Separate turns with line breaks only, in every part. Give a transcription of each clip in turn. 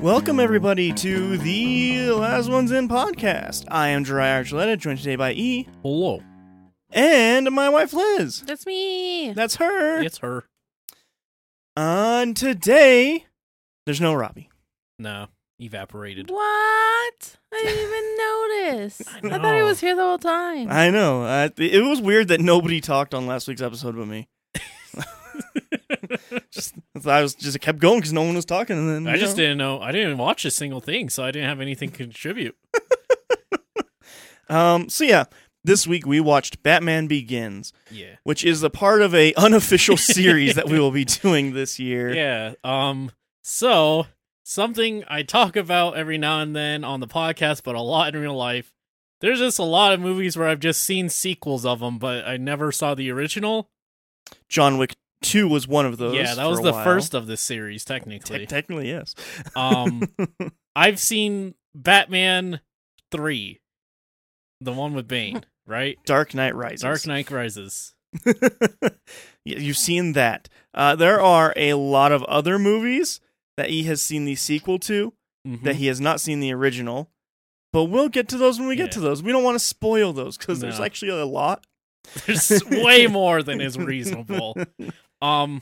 Welcome, everybody, to the Last Ones In podcast. I am Jariah Archuleta, joined today by E
Hello.
and my wife Liz.
That's me.
That's her.
It's her.
On today, there's no Robbie.
No, evaporated.
What? I didn't even notice.
I
I, thought he
know.
was here the whole time.
I know. Uh, it was weird that nobody talked on last week's episode but me. Just, I was just it kept going because no one was talking, and then
I
you
just
know.
didn't know. I didn't watch a single thing, so I didn't have anything to contribute.
Um. So yeah, this week we watched Batman Begins,
Yeah.
which is a part of a unofficial series that we will be doing this year.
Yeah. Um. So something I talk about every now and then on the podcast, but a lot in real life. There's just a lot of movies where I've just seen sequels of them, but I never saw the original.
John Wick Two was one of those.
yeah, that
for
was
a
the
while.
first of this series,
Te-
technically.
technically, yes.
um, I've seen Batman three, the one with Bane, right?
Dark Knight Rises.
Dark Knight Rises.
Y- You've seen that. Uh, there are a lot of other movies that he has seen the sequel to
Mhm.
that he has not seen the original. But we'll get to those when we get
Yeah.
to those. We don't want to spoil those because there's
No.
actually a lot.
There's way more than is reasonable. Um,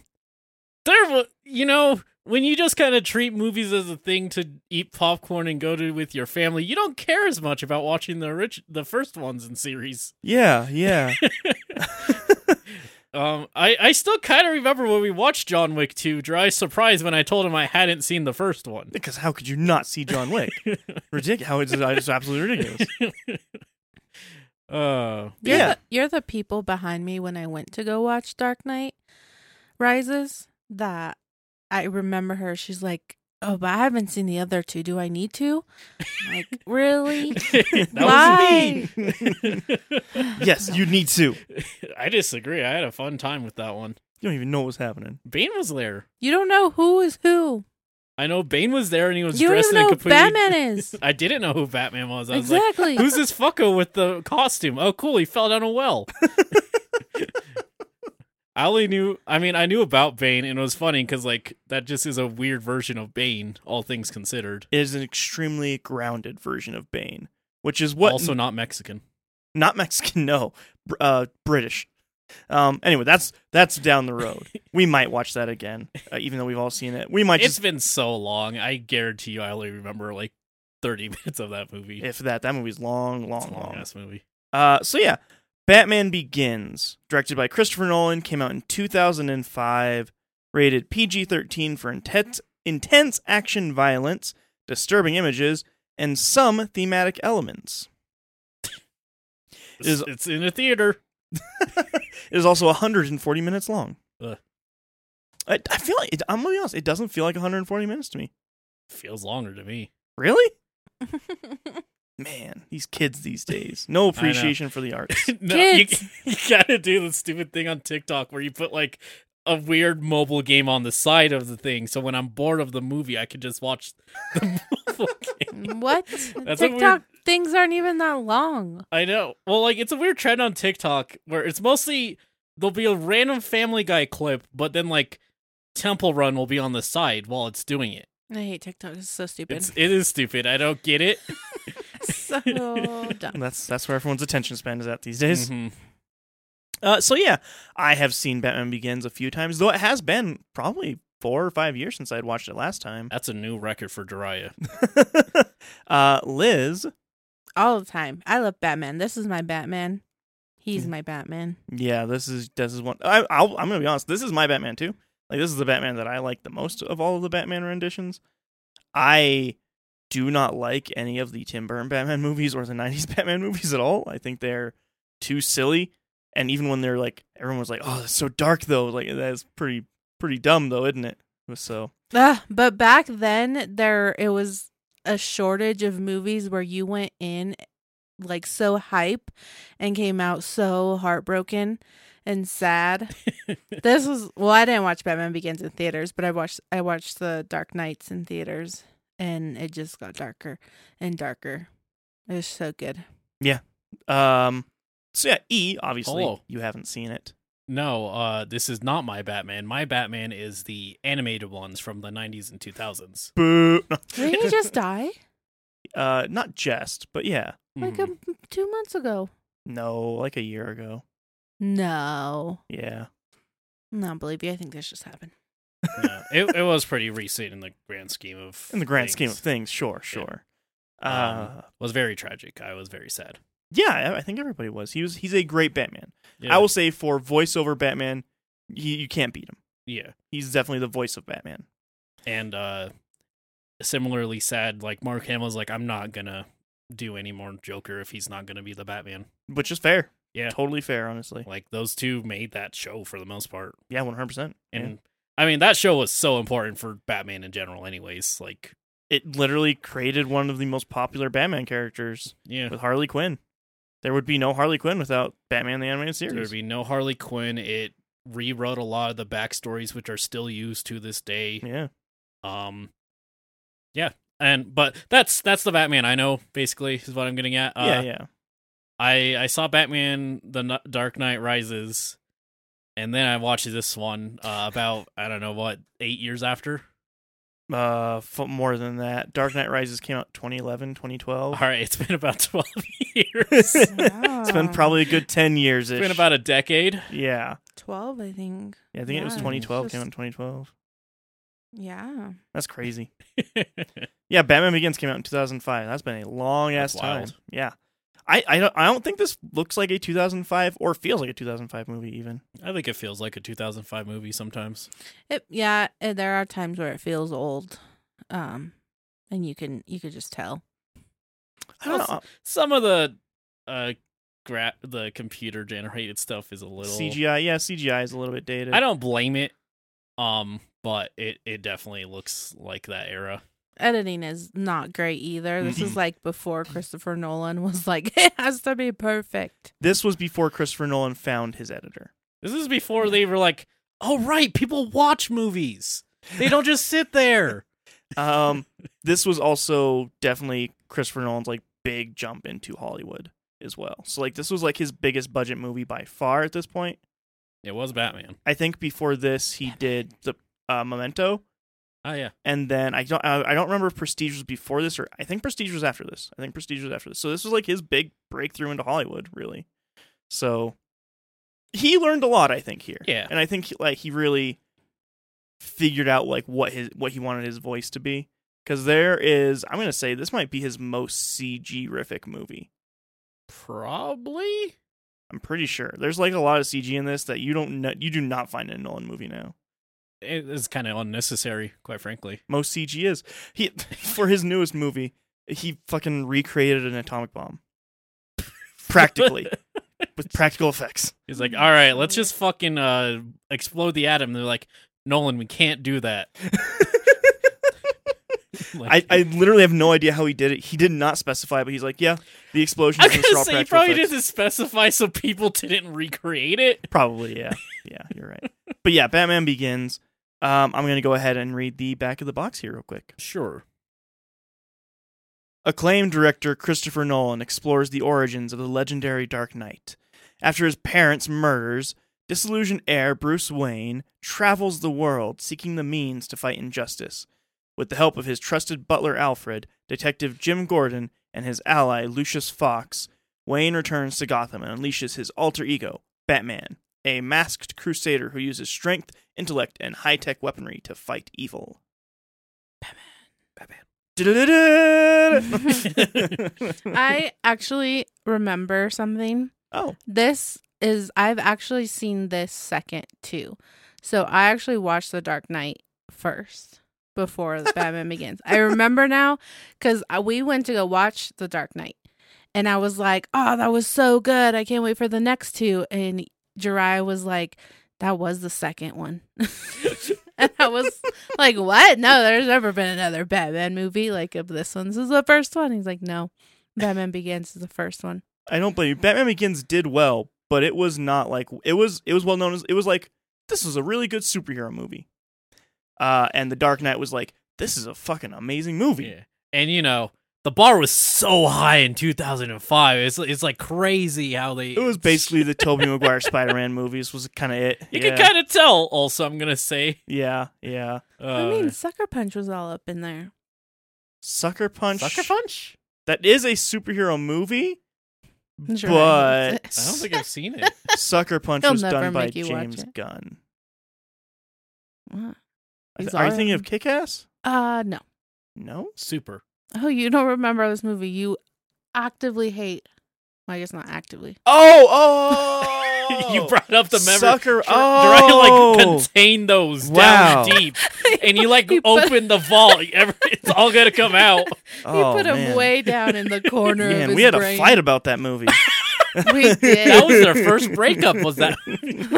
there, wa- you know, when you just kind of treat movies as a thing to eat popcorn and go to with your family, you don't care as much about watching the rich, the first ones in series.
Yeah, yeah.
Um, I I still kind of remember when we watched John Wick two. Dry surprise when I told him I hadn't seen the first one.
because how could you not see John Wick? Ridiculous. How is it? It's absolutely ridiculous.
Uh,
You're
Yeah.
The, you're the people behind me when I went to go watch Dark Knight Rises that I remember her. She's like, Oh, but I haven't seen the other two. Do I need to? I'm like, really?
that
Why?
was me.
Yes, you need to. You
I disagree. I had a fun time with that one.
don't even know what's happening.
Bane was there.
You don't know who is who.
I know Bane was there and he was
You don't
dressed
even
in
know
a
who
completely.
Batman is.
I didn't know who Batman was. I was
exactly.
like, who's this fucker with the costume? Oh, cool. He fell down a well. I only knew, I mean, I knew about Bane and it was funny because, like, that just is a weird version of Bane, all things considered.
It is an extremely grounded version of Bane, which is what
Also, not Mexican.
not Mexican, no, Br- uh, British. Um, anyway, that's that's down the road. we might watch that again, uh, even though we've all seen it. We might
It's
just
been so long. I guarantee you, I only remember, like, 30 minutes of that movie.
if that that movie's long, long, long.
ass movie.
Uh, so yeah, Batman Begins, directed by Christopher Nolan, came out in 2005, rated PG-13 for intense intense action, violence, disturbing images, and some thematic elements. Is-
It's, it's in a theater.
It is also 140 minutes long.
Ugh.
I, I feel like it, I'm gonna be honest. It doesn't feel like 140 minutes to me.
Feels longer to me.
Really? Man, these kids these days. No
know.
appreciation for the arts.
no,
Kids.
You, you gotta do the stupid thing on TikTok where you put like a weird mobile game on the side of the thing, so when I'm bored of the movie, I can just watch the mobile game.
what?
That's a weird-
TikTok things aren't even that long.
I know. Well, like it's a weird trend on TikTok where it's mostly there'll be a random Family Guy clip, but then like Temple Run will be on the side while it's doing it.
I hate TikTok. It's so stupid.
It's it is stupid. I don't get it.
so dumb.
And that's that's where everyone's attention span is at these days.
Mhm.
Uh, so yeah, I have seen Batman Begins a few times, though it has been probably four or five years since I'd watched it last time.
That's a new record for Jiraiya.
uh, Liz,
All the time. I love Batman. This is my Batman. He's my Batman.
yeah, this is this is one. I, I'll, I'm gonna be honest, this is my Batman too. Like this is the Batman that I like the most of all of the Batman renditions. I do not like any of the Tim Burton Batman movies or the '90s Batman movies at all. I think they're too silly, and even when they're like, everyone was like, "Oh, that's so dark," though. Like that's pretty pretty dumb, though, isn't it? So
Ugh, Ah, but back then, there it was a shortage of movies where you went in like so hype and came out so heartbroken and sad. this was well, I didn't watch Batman Begins in theaters, but I watched I watched the Dark Knights in theaters, and it just got darker and darker. It was so good.
Um. So yeah, E. Obviously,
Hello.
you haven't seen it.
no, uh, this is not my Batman. My Batman is the animated ones from the 90s and 2000s.
Boo.
Didn't he just die
uh, not just, but yeah.
like
Mhm.
um two months ago?
No, like a year ago.
No,
Yeah.
no, believe you. I think this just happened.
yeah, it, it was pretty recent in the grand scheme of
In the grand
things.
scheme of things, sure, sure.
Um,
Uh,
was very tragic. I was very sad.
yeah, I I think everybody was. He was. He's a great Batman.
Yeah.
I will say for voiceover Batman, you, you can't beat him.
yeah,
He's definitely the voice of Batman.
and uh, similarly sad. Like Mark Hamill's like, I'm not gonna do any more Joker if he's not gonna be the Batman.
which is fair.
Yeah.
totally fair, honestly.
Like those two made that show for the most part,
Yeah, one hundred percent.
and I mean that show was so important for Batman in general. Anyways, like
it literally created one of the most popular Batman characters
yeah,
with Harley Quinn. There would be no Harley Quinn without Batman the Animated
there
Series.
would be no Harley Quinn. It rewrote a lot of the backstories, which are still used to this day.
yeah,
Um, yeah, and but that's that's the Batman I know. Basically, is what I'm getting at. Uh,
yeah, yeah.
I I saw Batman: The N- Dark Knight Rises, and then I watched this one uh, about I don't know what eight years after.
Uh, f- more than that, Dark Knight Rises came out 2011, 2012.
All right, it's been about twelve years. it's
It's
Uh.
been probably a good ten years.
been about a decade.
yeah.
twelve, I think.
Yeah, I think it was
Yeah,
2012.
it's
Came out in
just-
2012.
Yeah,
That's crazy. Yeah, Batman Begins came out in 2005. That's been a long ass
That's
time.
wild.
Yeah. I, I don't I don't think this looks like a 2005 or feels like a 2005 movie even.
I think it feels like a 2005 movie sometimes.
it. Yeah, and there are times where it feels old, um, and you can you could just tell.
I don't
Also,
know.
Some of the uh, gra- the computer generated stuff is a little
CGI, yeah, CGI is a little bit dated.
I don't blame it. Um, but it it definitely looks like that era.
Editing is not great either. This
Mm-hmm.
Mm-mm.
is like before Christopher Nolan was like, it has to be perfect.
This was before Christopher Nolan found his editor.
This is before they were like, "Oh right, people watch movies. They don't just sit there."
Um, this was also definitely Christopher Nolan's like big jump into Hollywood as well. So like this was like his biggest budget movie by far at this point.
It was Batman.
I think before this he did the uh, Memento,
Oh yeah,
and then I don't I I don't remember if Prestige was before this or I think Prestige was after this. I think Prestige was after this. So this was like his big breakthrough into Hollywood, really. So he learned a lot, I think here.
Yeah.
and I think like he really figured out like what his what he wanted his voice to be because there is I'm gonna say this might be his most CG rific movie.
probably.
I'm pretty sure there's like a lot of CG in this that you don't know, you do not find in a Nolan movie now.
It is kind of unnecessary, quite frankly.
most CG is. He for his newest movie, he fucking recreated an atomic bomb. Practically. with practical effects.
He's like, "All right, let's just fucking uh, explode the atom." They're like, "Nolan, we can't do that."
I,
Like-
I literally have no idea how he did it. He did not specify, but he's like, yeah, the explosion
I'm
was
gonna
all
say he
practical
probably
effects.
didn't specify so people didn't recreate it.
Probably, yeah. Yeah, you're right. but yeah, Batman Begins. Um, I'm going to go ahead and read the back of the box here real quick.
Sure.
Acclaimed director Christopher Nolan explores the origins of the legendary Dark Knight. After his parents' murders, disillusioned heir Bruce Wayne travels the world seeking the means to fight injustice. With the help of his trusted butler Alfred, Detective Jim Gordon, and his ally Lucius Fox, Wayne returns to Gotham and unleashes his alter ego, Batman, a masked crusader who uses strength, intellect, and high tech weaponry to fight evil.
I actually remember something.
oh,
This is I've actually seen this second too. So I actually watched The Dark Knight first before the Batman Begins. I remember now cuz we went to go watch The Dark Knight and I was like, "Oh, that was so good. I can't wait for the next two. And Jiraiya was like, "That was the second one." and I was like, "What? No, there's never been another Batman movie like of this one. This is the first one." He's like, "No. Batman Begins is the first one."
I don't blame you. Batman Begins did well, but it was not like it was. It was well known as it was like this was a really good superhero movie. Uh, and The Dark Knight was like this is a fucking amazing movie.
Yeah. And you know, the bar was so high in 2005. It's it's like crazy how they.
It was basically the Tobey Maguire Spider-Man movies was kind of it.
You
yeah.
can kind of tell. Also, I'm gonna say.
yeah, yeah.
Uh,
I mean, Sucker Punch was all up in there.
Sucker Punch.
Sucker Punch.
That is a superhero movie,
Sure.
but
I don't think I've seen it.
Sucker Punch
They'll
was
never
done by
make you watch
James
it.
Gunn.
What?
I th-
He's
Are you
all-
thinking of Kick-Ass?
Uh, no.
No.
Super.
Oh, you don't remember this movie? You actively hate. Well, I guess not actively.
Oh, oh!
you brought up the memory.
Sucker.
Dr-
Oh,
Dre, like contain those
Wow.
down deep, and you like
You put-
open the vault. Every, it's all gonna come out.
Oh,
you put him
man.
way down in the corner of
Man,
his
we had
brain.
a fight about that movie.
We did.
That was their first breakup. Was that?
It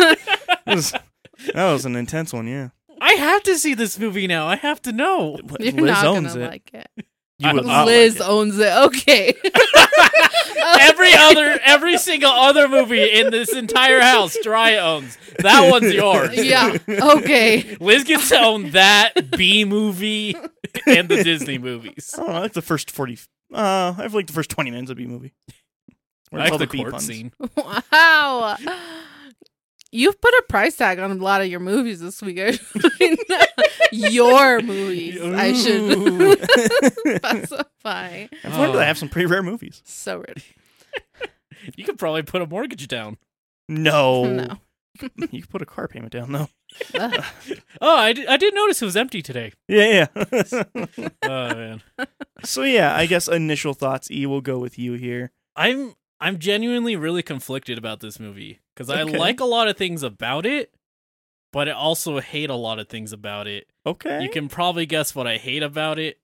was- that was an intense one, yeah.
I have to see this movie now. I have to know.
You're
Liz
not
owns
gonna
it.
like it.
You would
I- I'll
not
Liz
like it.
owns it. Okay.
every other, every single other movie in this entire house, Dry owns. That one's yours.
yeah. Okay.
Liz gets to own that B movie and the Disney movies.
I don't know. I like the first forty. Uh, I like the first twenty minutes of B movie. Where
I
it's all
like the
B
court
puns.
scene.
Wow. You've put a price tag on a lot of your movies this week. I mean, your movies, I
Ooh.
should specify.
I've learned that I
Oh.
have some pretty rare movies.
So rude.
You could probably put a mortgage down.
No,
No.
you can put a car payment down though.
Ugh.
Oh, I did, I did notice it was empty today.
Yeah, yeah.
Oh man,
so yeah, I guess initial thoughts. E will go with you here.
I'm I'm genuinely really conflicted about this movie because I
Okay.
like a lot of things about it, but I also hate a lot of things about it.
Okay.
You can probably guess what I hate about it.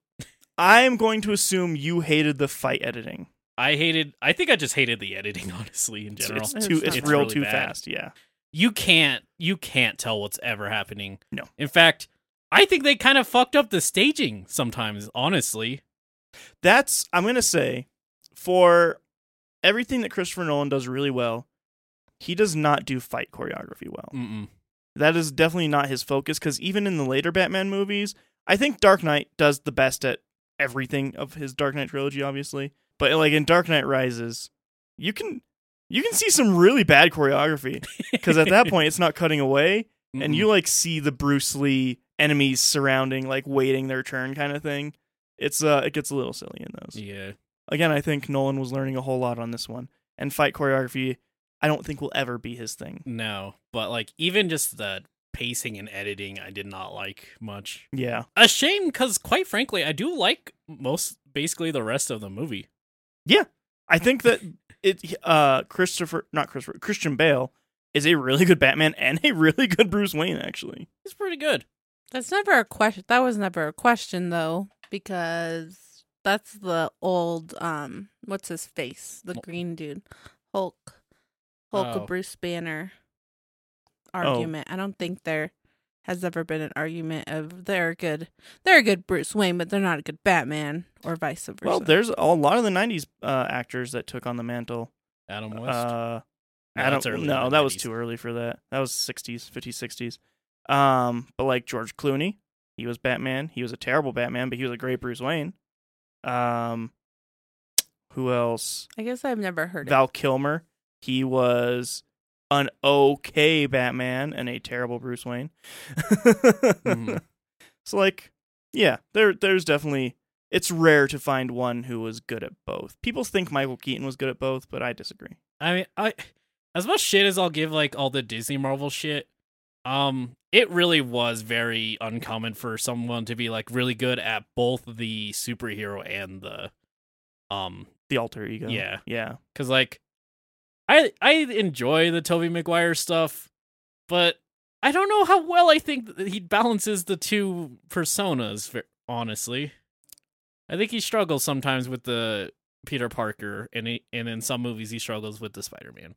I am going to assume you hated the fight editing.
I hated. I think I just hated the editing, honestly. In
It's,
general,
it's too. It's,
It's
real
really
too
bad.
fast. Yeah.
you can't. You can't tell what's ever happening.
No.
In fact, I think they kind of fucked up the staging sometimes. Honestly,
that's I'm gonna say for everything that Christopher Nolan does really well, he does not do fight choreography well.
Mm-mm.
That is definitely not his focus because even in the later Batman movies, I think Dark Knight does the best at everything of his Dark Knight trilogy, obviously. But like in Dark Knight Rises, you can you can see some really bad choreography because at that point it's not cutting away and
Mm-mm.
you like see the Bruce Lee enemies surrounding, like waiting their turn kind of thing. It's uh, it gets a little silly in those
Yeah.
again, I think Nolan was learning a whole lot on this one. And fight choreography, I don't think will ever be his thing.
No, but like even just the pacing and editing, I did not like much.
Yeah.
A shame because, quite frankly, I do like most basically the rest of the movie.
I think that it uh Christopher not Christopher Christian Bale is a really good Batman and a really good Bruce Wayne actually.
It's pretty good.
That's never a question. That was never a question though, because that's the old um, what's his face, the
Hulk.
green dude, Hulk, Hulk
Oh.
Bruce Banner argument. I don't think there has ever been an argument of they're a good, they're a good Bruce Wayne, but they're not a good Batman, or vice versa.
Well, there's a lot of the 90s uh, actors that took on the mantle.
Adam West.
Uh
No,
I
that's
don't
early
no,
in the
that was
90s.
too early for that. That was 60s, 50s, 60s. Um but like George Clooney, he was Batman. He was a terrible Batman, but he was a great Bruce Wayne. Um who else?
I guess I've never heard
Val Kilmer. He was an okay Batman and a terrible Bruce Wayne.
Mhm.
So like, yeah, there there's definitely it's rare to find one who was good at both. People think Michael Keaton was good at both, but I disagree.
I mean, I as much shit as I'll give like all the Disney Marvel shit. Um, it really was very uncommon for someone to be like really good at both the superhero and the um
The alter ego.
Yeah.
Yeah.
Cause like I I enjoy the Toby Maguire stuff, but I don't know how well I think that he balances the two personas. ver- Honestly, I think he struggles sometimes with the Peter Parker, and he, and in some movies he struggles with the Spider Man.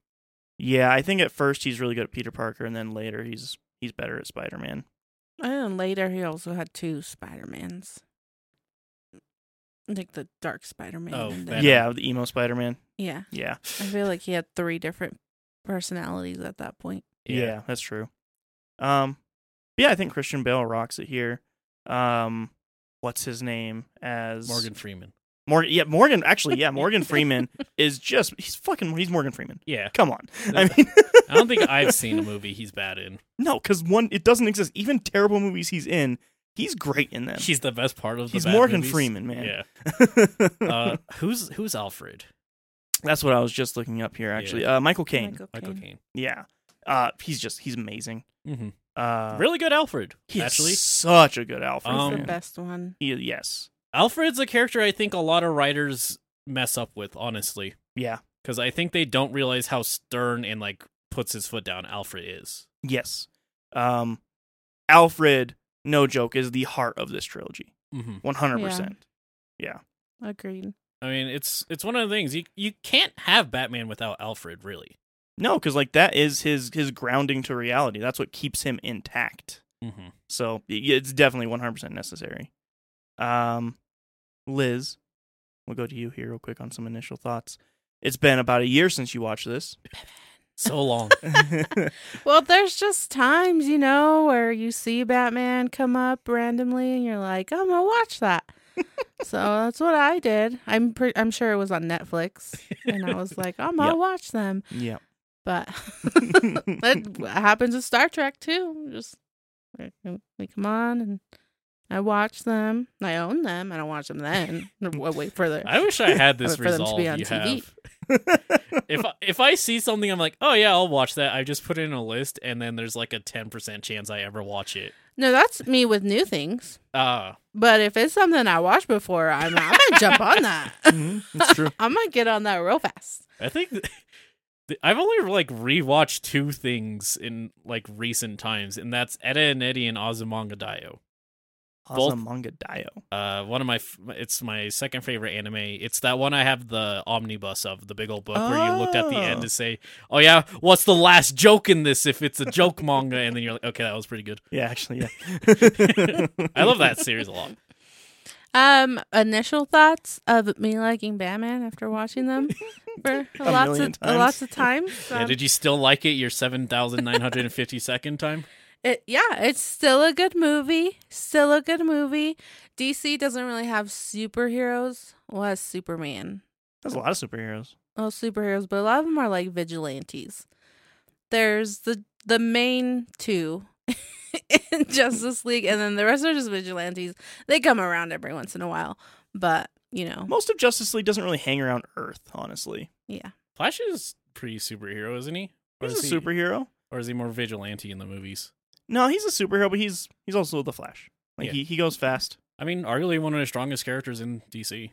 Yeah, I think at first he's really good at Peter Parker and then later he's he's better at Spider-Man.
it. And later, he also had two Spider Mans, like the Dark Spider Man.
Oh, Venom.
Yeah, the emo Spider-Man.
yeah.
Yeah.
I feel like he had three different personalities at that point.
Yeah, that's true. Um, but yeah, I think Christian Bale rocks it here. Um, what's his name as
Morgan Freeman.
Morgan, yeah, Morgan. Actually, yeah, Morgan Freeman is just—he's fucking. He's Morgan Freeman.
Yeah,
Come on. I mean,
I don't think I've seen a movie he's bad in.
no, because one, it doesn't exist. Even terrible movies he's in, he's great in them.
He's the best part of the.
he's
bad
Morgan
movies.
Freeman, man.
Yeah. Uh, who's who's Alfred?
That's what I was just looking up here. Actually, uh, Michael Caine.
Michael
Michael
Caine.
Caine.
Yeah, uh, he's just—he's amazing.
hmm
Uh,
really good Alfred.
he's
actually,
such a good Alfred.
He's
Um,
the
man.
best one.
He- yes.
Alfred's a character I think a lot of writers mess up with, honestly,
Yeah.
because I think they don't realize how stern and like puts his foot down Alfred is.
Yes. Um, Alfred, no joke, is the heart of this trilogy.
Mm-hmm.
One hundred percent.
Agreed.
I mean, it's it's one of the things you you can't have Batman without Alfred, really.
No, because like that is his his grounding to reality. That's what keeps him intact.
Mm-hmm.
So y- it's definitely one hundred percent necessary. Um, Liz, we'll go to you here real quick on some initial thoughts. It's been about a year since you watched this.
So long.
Well, there's just times, you know, where you see Batman come up randomly and you're like, I'm gonna watch that. so that's what I did. I'm pre- I'm sure it was on Netflix, and I was like, I'm gonna
Yep.
watch them.
yeah.
But that happens with Star Trek too. Just we come on and I watch them. I own them. I don't watch them then. I wait for the
I wish I had this
For them to
resolve
be on
you
TV.
have.
Mm-hmm.
if I, if I see something, I'm like, oh yeah, I'll watch that. I just put it in a list, and then there's like a ten percent chance I ever watch it.
No, that's me with new things.
Uh
But if it's something I watched before, I'm, I'm gonna jump on that.
Mhm, That's true.
I'm gonna get on that real fast.
I think th- th- I've only like rewatched two things in like recent times, and that's Etta and Eddie and Azumanga Daioh. Both-
Azumanga Daioh.
Uh, one of my f- it's my second favorite anime. It's that one I have the omnibus of the big old book where you looked at the end
Oh.
to say, "Oh yeah, what's the last joke in this?" If it's a joke manga, and then you're like, "Okay, that was pretty good."
Yeah, actually, yeah.
I love that series a lot.
Um, initial thoughts of me liking Batman after watching them for
A
lots
million
of
times.
lots of times.
Yeah,
Um,
did you still like it your seven thousand nine hundred and fifty second time?
it, yeah, it's still a good movie. Still a good movie. DC doesn't really have superheroes. Well, it has Superman.
There's a lot of superheroes.
Oh, superheroes, but a lot of them are like vigilantes. There's the the main two in Justice League, and then the rest are just vigilantes. They come around every once in a while, but you know,
Most of Justice League doesn't really hang around Earth, honestly.
yeah.
Flash is pretty superhero, isn't he? Or
He's
is
a
he-
superhero.
or is he more vigilante in the movies?
No, he's a superhero, but he's he's also the Flash. Like
Yeah.
he, he goes fast.
I mean, arguably one of the strongest characters in DC.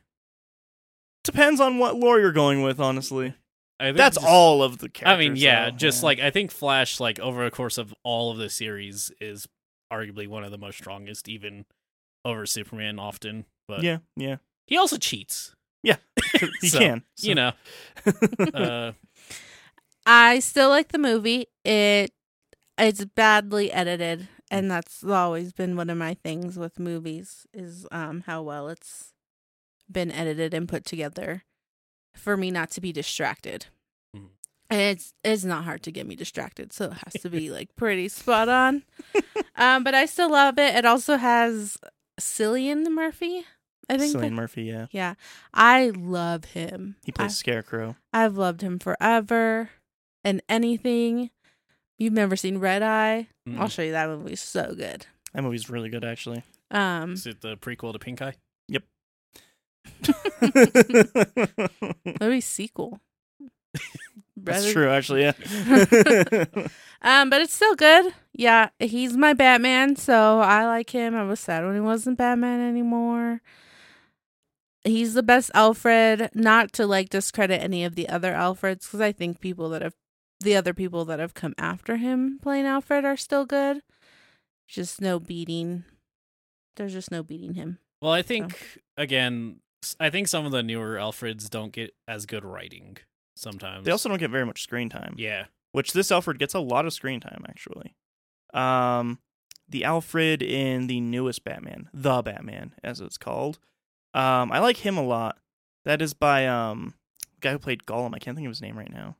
Depends on what lore you're going with, honestly.
I think
That's
just-
all of the
I
characters.
mean, yeah,
though.
just
Yeah.
like I think Flash, like over the course of all of the series, is arguably one of the most strongest, even over Superman often. But
yeah, yeah,
he also cheats,
he
So,
can. so-
you know. uh,
I still like the movie. It it's badly edited, and that's always been one of my things with movies is um how well it's been edited and put together for me not to be distracted.
Mhm.
Mm-hmm.
And it's it's not hard to get me distracted, so it has to be like pretty spot on. um, but I still love it. It also has Cillian Murphy. I think.
Cillian
that-
Murphy. Yeah,
yeah, I love him.
he
I-
plays Scarecrow.
I've loved him forever and anything. You've never seen Red Eye. I'll
mm,
show you that movie. It's So good.
That movie's really good, actually.
Um,
is it the prequel to Pink Eye?
movie sequel.
That's
Rather-
true, actually. Yeah.
Um, but it's still good. Yeah, he's my Batman, so I like him. I was sad when he wasn't Batman anymore. He's the best Alfred. Not to like discredit any of the other Alfreds, because I think people that have the other people that have come after him playing Alfred are still good. Just no beating. There's just no beating him.
Well, I think again, s- I think some of the newer Alfreds don't get as good writing sometimes.
they also don't get very much screen time.
yeah,
which this Alfred gets a lot of screen time actually. Um, the Alfred in the newest Batman, the Batman as it's called. Um, I like him a lot. That is by um the guy who played Gollum. I can't think of his name right now.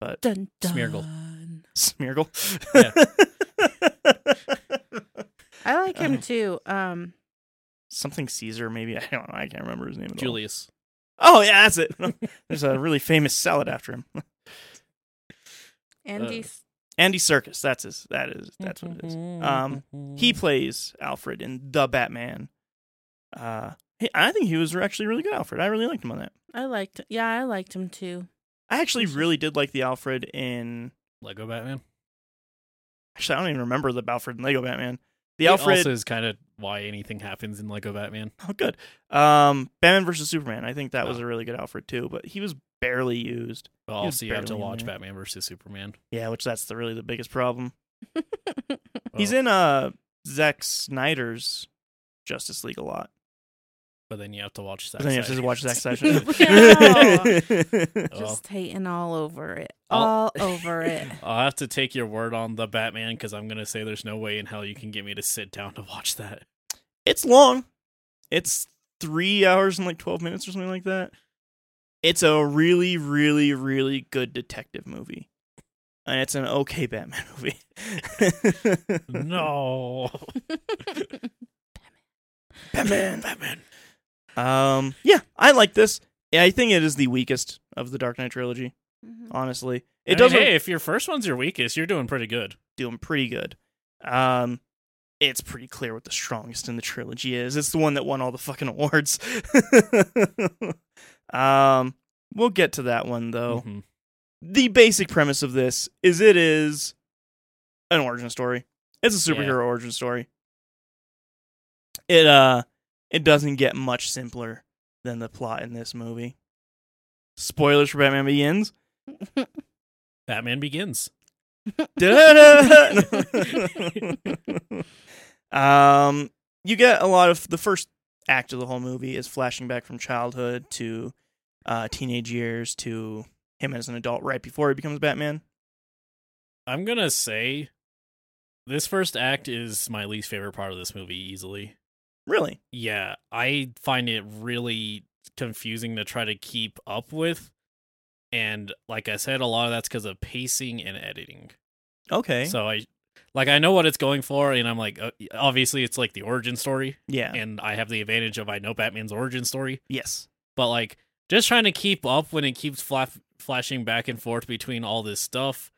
Dun dun.
Smeargle.
Smeargle.
Yeah.
I like him
Um,
too. Um,
something Caesar, maybe. I don't know. I can't remember his name. At all.
Julius.
Oh yeah, that's it. There's a really famous salad after him.
Andy.
Andy Circus. That's his. That is. That's what it is.
Mm-hmm,
Um, He plays Alfred in The Batman. Uh, he, I think he was actually really good Alfred. I really liked him on that.
I liked. Yeah, I liked him too.
I actually really did like the Alfred in.
Lego Batman.
Actually, I don't even remember the Alfred in Lego Batman. The
It
Alfred.
also is kind of why anything happens in Lego Batman.
Oh, good. Um, Batman versus Superman. I think that was
Oh.
a really good Alfred too, but he was barely used.
But
He was
also, you have
barely
to
in
watch
there.
Batman versus Superman.
Yeah, which that's the really the biggest problem. He's
Well,
in uh Zack Snyder's Justice League a lot.
but then you have to watch that.
But then you have to watch Zack Snyder.
Oh,
Just hating all over it.
I'll-
All over it.
I'll have to take your word on the Batman because I'm gonna say there's no way in hell you can get me to sit down to watch that.
it's long. It's three hours and like twelve minutes or something like that. It's a really, really, really good detective movie, and it's an okay Batman movie.
No,
Batman.
Batman.
Um, yeah, I like this. Yeah, I think it is the weakest of the Dark Knight trilogy. Honestly, it
I mean,
doesn't
hey, if your first one's your weakest, you're doing pretty good.
do them pretty good. Um, it's pretty clear what the strongest in the trilogy is. It's the one that won all the fucking awards. um, we'll get to that one though.
Mhm.
The basic premise of this is it is an origin story. It's a superhero
Yeah.
origin story. It uh, it doesn't get much simpler than the plot in this movie. Spoilers for Batman Begins.
Batman begins.
Da-da-da. um, you get a lot of the first act of the whole movie is flashing back from childhood to uh, teenage years to him as an adult right before he becomes Batman.
I'm gonna say this first act is my least favorite part of this movie easily.
Really?
Yeah, I find it really confusing to try to keep up with. And like I said, a lot of that's because of pacing and editing.
Okay.
So I, like, I know what it's going for, and I'm like, uh, obviously, it's like the origin story,
yeah.
and I have the advantage of I know Batman's origin story,
yes.
but like, just trying to keep up when it keeps fla- flashing back and forth between all this stuff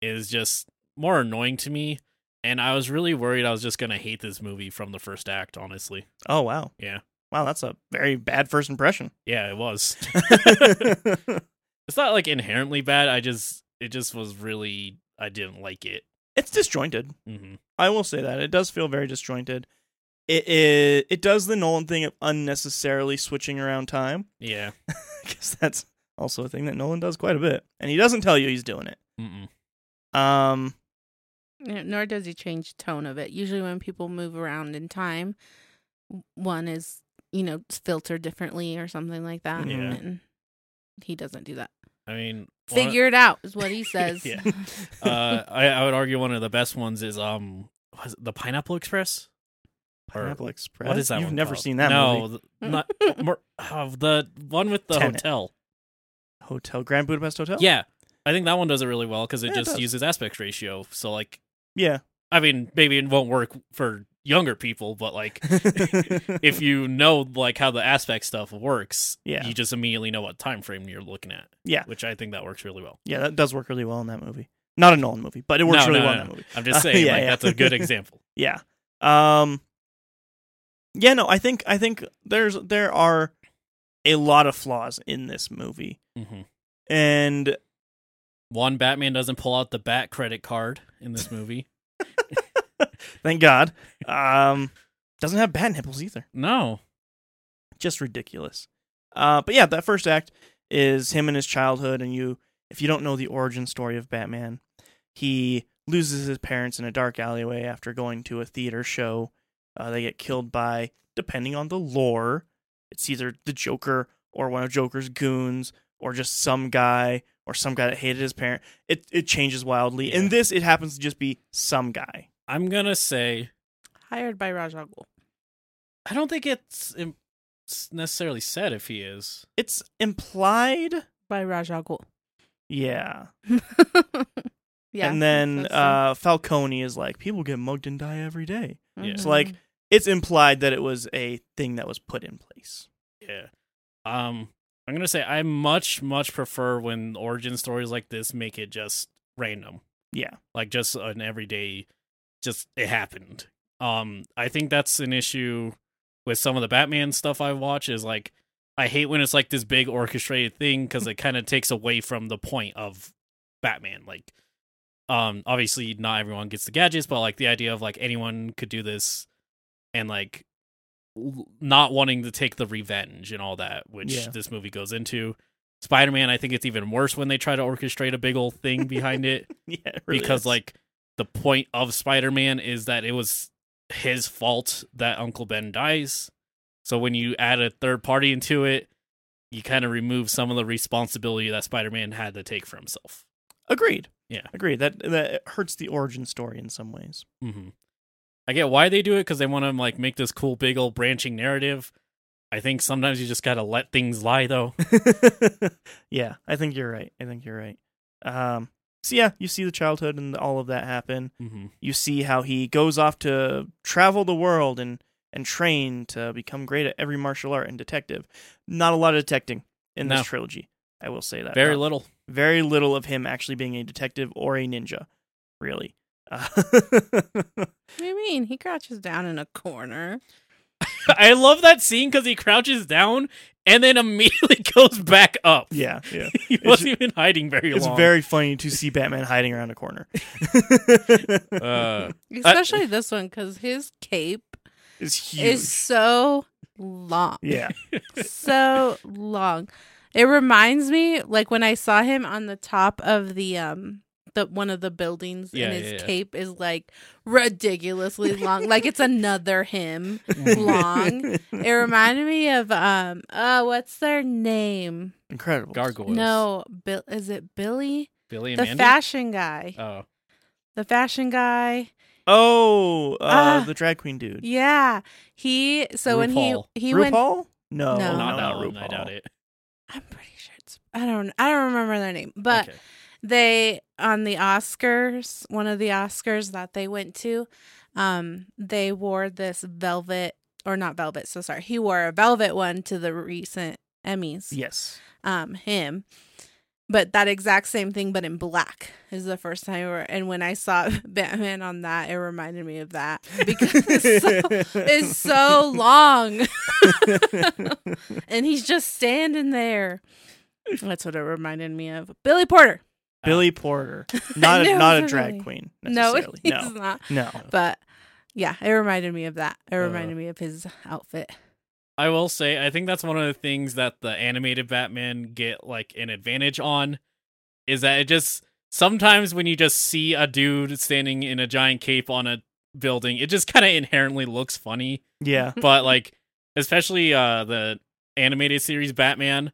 is just more annoying to me. And I was really worried I was just gonna hate this movie from the first act, honestly.
Oh wow.
Yeah.
Wow, that's a very bad first impression.
Yeah, it was.
it's
it's not like inherently bad. I just it just was really I didn't like it.
disjointed.
hmm
I will say that it does feel very disjointed. It it, it does the Nolan thing of unnecessarily switching around time.
Yeah.
because that's also a thing that Nolan does quite a bit, and he doesn't tell you he's doing it.
Mm-mm.
Um,
N- Nor does he change tone of it. Usually, when people move around in time, w- one is you know filtered differently or something like that.
Yeah.
And he doesn't do that.
I mean, one-
Figure it out is what he says.
Yeah. uh, I I would argue one of the best ones is um was it the Pineapple Express. Or-
Pineapple Express.
What is that?
You've
one
never
called?
seen that
no,
movie?
th- not more, uh, the one with the
Tenet.
hotel.
Hotel Grand Budapest Hotel.
Yeah, I think that one does it really well because
Oh.
it
Yeah, it
just
does.
uses aspect ratio. So like,
yeah.
I mean, maybe it won't work for younger people, but like if you know like how the aspect stuff works,
Yeah.
you just immediately know what time frame you're looking at.
Yeah.
which I think that works really well.
yeah, that does work really well in that movie. Not a Nolan movie, but it works
No,
really
no,
well
no.
in that movie.
I'm
Uh,
just saying,
yeah,
like
yeah.
that's a good example.
Yeah. Um. Yeah. No, I think I think there's there are a lot of flaws in this movie,
hmm
and
One Batman doesn't pull out the Bat credit card in this movie.
thank God, um, doesn't have bat nipples either.
no,
just ridiculous. Uh, but yeah, that first act is him and his childhood, and you. If you don't know the origin story of Batman, he loses his parents in a dark alleyway after going to a theater show. Uh, they get killed by, depending on the lore, it's either the Joker or one of Joker's goons, or just some guy or some guy that hated his parent. It it changes wildly.
Yeah.
In this, it happens to just be some guy.
I'm gonna say
Hired by Rajagul.
I don't think it's im- s- necessarily said if he is.
It's implied,
By Rajagul.
yeah.
yeah.
uh, and then uh, Falcone is like, people get mugged and die every day.
yeah.
Mm-hmm.
It's like it's implied that it was a thing that was put in place.
Yeah. Um, I'm gonna say I much much prefer when origin stories like this make it just random,
Yeah.
like just an everyday, just it happened. Um, I think that's an issue with some of the Batman stuff I watch is like I hate when it's like this big orchestrated thing because it kind of takes away from the point of Batman. Like, um, obviously not everyone gets the gadgets, but like the idea of like anyone could do this, and like l- not wanting to take the revenge and all that, which
Yeah.
this movie goes into. Spider Man, I think it's even worse when they try to orchestrate a big old thing behind it
Yeah. it really
because
is.
like the point of Spider-Man is that it was his fault that Uncle Ben dies. So when you add a third party into it, you kind of remove some of the responsibility that Spider-Man had to take for himself.
agreed.
Yeah.
Agreed. That that hurts the origin story in some ways.
Mm-hmm. I get why they do it because they want to like make this cool big old branching narrative. I think sometimes you just gotta let things lie though.
yeah, I think you're right. I think you're right. Um so yeah, you see the childhood and all of that happen.
mm-hmm.
you see how he goes off to travel the world and and train to become great at every martial art and detective. Not a lot of detecting in
No.
this trilogy. I will say that
Very
Not-
little.
very little of him actually being a detective or a ninja, really. Uh,
What do you mean? He crouches down in a corner.
I love that scene because he crouches down and then immediately goes back up.
yeah, yeah.
He wasn't even hiding very
It's
long.
very funny to see Batman hiding around a corner.
Uh,
Especially this one because his cape
it's huge.
is so long.
yeah,
so long. It reminds me like when I saw him on the top of the um the one of the buildings
Yeah,
and his
yeah, yeah.
cape is like ridiculously long. like it's another him. long. It reminded me of um uh what's their name?
incredible.
gargoyles.
No, Bill is it Billy?
Billy and
The
Mandy?
fashion guy.
Oh,
The fashion guy.
Oh, uh,
Ah.
the drag queen dude.
Yeah. He so when he
RuPaul.
he went
RuPaul? no,
No.
no,
not that
not
one. I
RuPaul.
doubt it.
I'm pretty sure it's I don't I don't remember their name. But
okay.
they on the Oscars, one of the Oscars that they went to, um, they wore this velvet or not velvet, so sorry. He wore a velvet one to the recent Emmys.
Yes.
Um, him. But that exact same thing, but in black, is the first time. Where, and when I saw Batman on that, it reminded me of that because it's so, it's so long, and he's just standing there. That's what it reminded me of. Billy Porter.
Billy Porter, not a,
No,
not a
no,
drag
no.
queen
No, it's
necessarily. No, no,
not. But yeah, it reminded me of that. It
Uh-huh.
reminded
Uh.
me of his outfit.
I will say, I think that's one of the things that the animated Batman get like an advantage on, is that it just sometimes when you just see a dude standing in a giant cape on a building, it just kind of inherently looks funny.
Yeah,
but like especially uh the animated series batman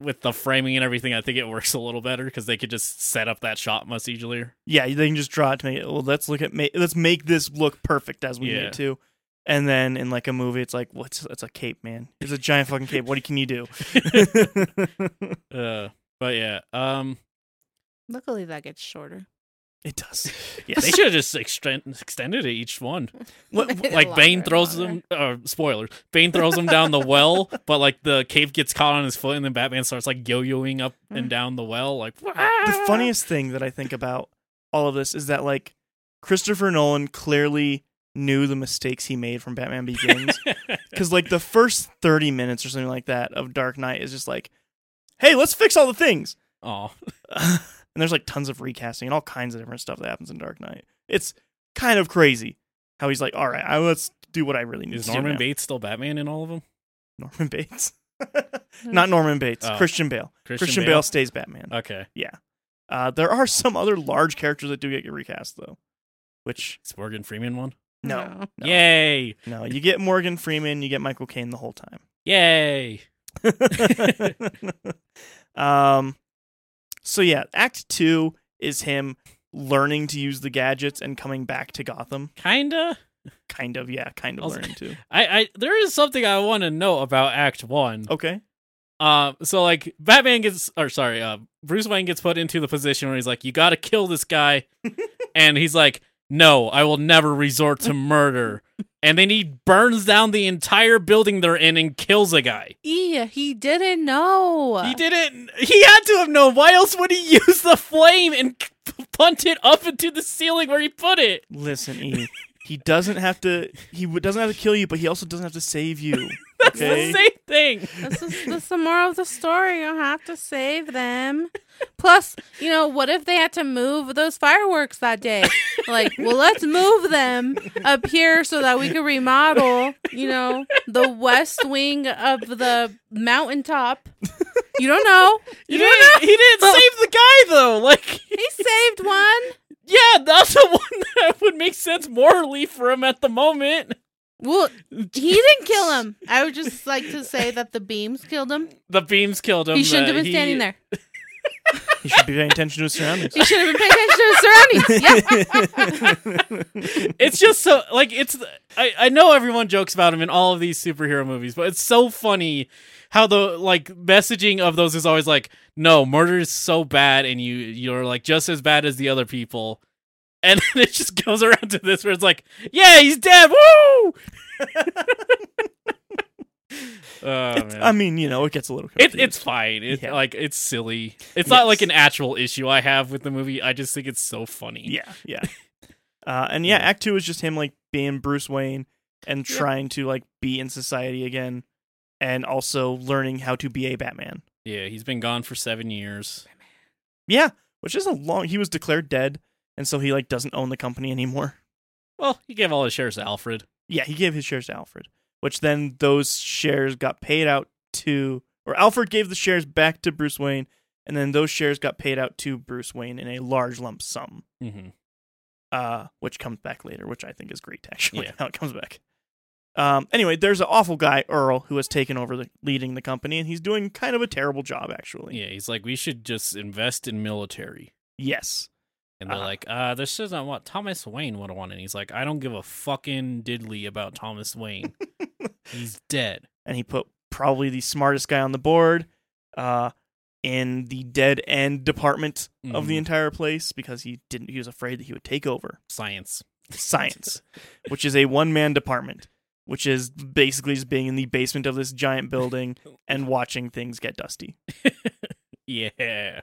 with the framing and everything i think it works a little better because they could just set up that shot much easier
yeah. They can just draw it to make it. Well, let's look at. Ma- let's make this look perfect as we
Yeah.
need to. And then in like a movie, it's like, what's it's a cape, man? It's a giant fucking cape. What can you do?
uh but yeah um
Luckily, that gets shorter.
it does.
yeah they
Yes.
should have just extend- extended it each one
What-
Made it
like bane
longer,
throws
longer.
them uh spoilers bane throws them down the well but like the cave gets caught on his foot and then batman starts like yo-yoing up
Mm.
and down the well like
the funniest thing that I think about all of this is that like Christopher Nolan clearly knew the mistakes he made from Batman Begins. Because like the first thirty minutes or something like that of Dark Knight is just like, hey, let's fix all the things.
oh
and there's like tons of recasting and all kinds of different stuff that happens in Dark Knight. It's kind of crazy how he's like, all right, I, let's do what I really need
is
to do
norman
now."
bates still batman in all of them
Norman Bates. Not Norman Bates.
Oh.
Christian Bale. Christian, Bale? stays Batman.
okay
Uh, there are some other large characters that do get recast though, which
it's morgan freeman one
no, No.
Yay!
no, you get Morgan Freeman, you get Michael Caine the whole time.
Yay!
um, so yeah, Act Two is him learning to use the gadgets and coming back to Gotham.
Kinda.
Kind of, yeah, kind of
Also-
learning to.
I, I there is something I want to know about Act One.
Okay.
Um, so like Batman gets, or sorry, uh, Bruce Wayne gets put into the position where he's like, "You got to kill this guy," and he's like, "No, I will never resort to murder." and then he burns down the entire building they're in and kills a guy.
Yeah, he didn't know.
He didn't. He had to have known. Why else would he use the flame and punt it up into the ceiling where he put it?
Listen, E. He doesn't have to. He w- doesn't have to kill you, but he also doesn't have to save you.
That's
okay.
the same thing.
This is this is the moral of the story. You don't have to save them. Plus, you know, what if they had to move those fireworks that day? Like, well, let's move them up here so that we can remodel, you know, the west wing of the mountaintop. You don't know.
You didn't, he didn't save the guy though. Like,
He saved one.
yeah, that's the one that would make sense morally for him at the moment.
Well, he didn't kill him. I would just like to say that the beams killed him.
The beams killed him.
He shouldn't
that
have been standing
he-
there.
He should be paying attention to his surroundings.
He should have been paying attention to his surroundings. Yeah.
It's just so like it's. I I know everyone jokes about him in all of these superhero movies, but it's so funny how the like messaging of those is always like, no, murder is so bad, and you you're like just as bad as the other people, and then it just goes around to this where it's like, yeah, he's dead, woo. oh,
It's-
man.
I mean, you know, it gets a little.
It,
Confused.
it's fine. It,
Yeah.
Like it's silly. It's
Yes.
not like an actual issue I have with the movie. I just think it's so funny.
yeah, yeah. Uh, and yeah,
Yeah.
Act Two is just him like being Bruce Wayne and
Yeah.
trying to like be in society again, and also learning how to be a Batman.
Yeah, he's been gone for seven years.
Yeah, which is a long. He was declared dead, and so he like doesn't own the company anymore.
Well, he gave all his shares to Alfred.
Yeah, he gave his shares to Alfred, which then those shares got paid out to, or Alfred gave the shares back to Bruce Wayne, and then those shares got paid out to Bruce Wayne in a large lump sum,
Mm-hmm.
uh, which comes back later, which I think is great actually.
Yeah.
How it comes back. Um, anyway, there's an awful guy Earl who has taken over the leading the company, and he's doing kind of a terrible job actually.
Yeah, he's like, we should just invest in military.
Yes,
And they're
Uh-huh.
like, uh, this isn't what Thomas Wayne would have wanted. He's like, I don't give a fucking diddly about Thomas Wayne. he's dead.
and he put probably the smartest guy on the board, uh, in the dead end department. of the
Mhm.
entire place because he didn't he was afraid that he would take over
science.
science which is a one man department which is basically just being in the basement of this giant building and watching things get dusty
Yeah.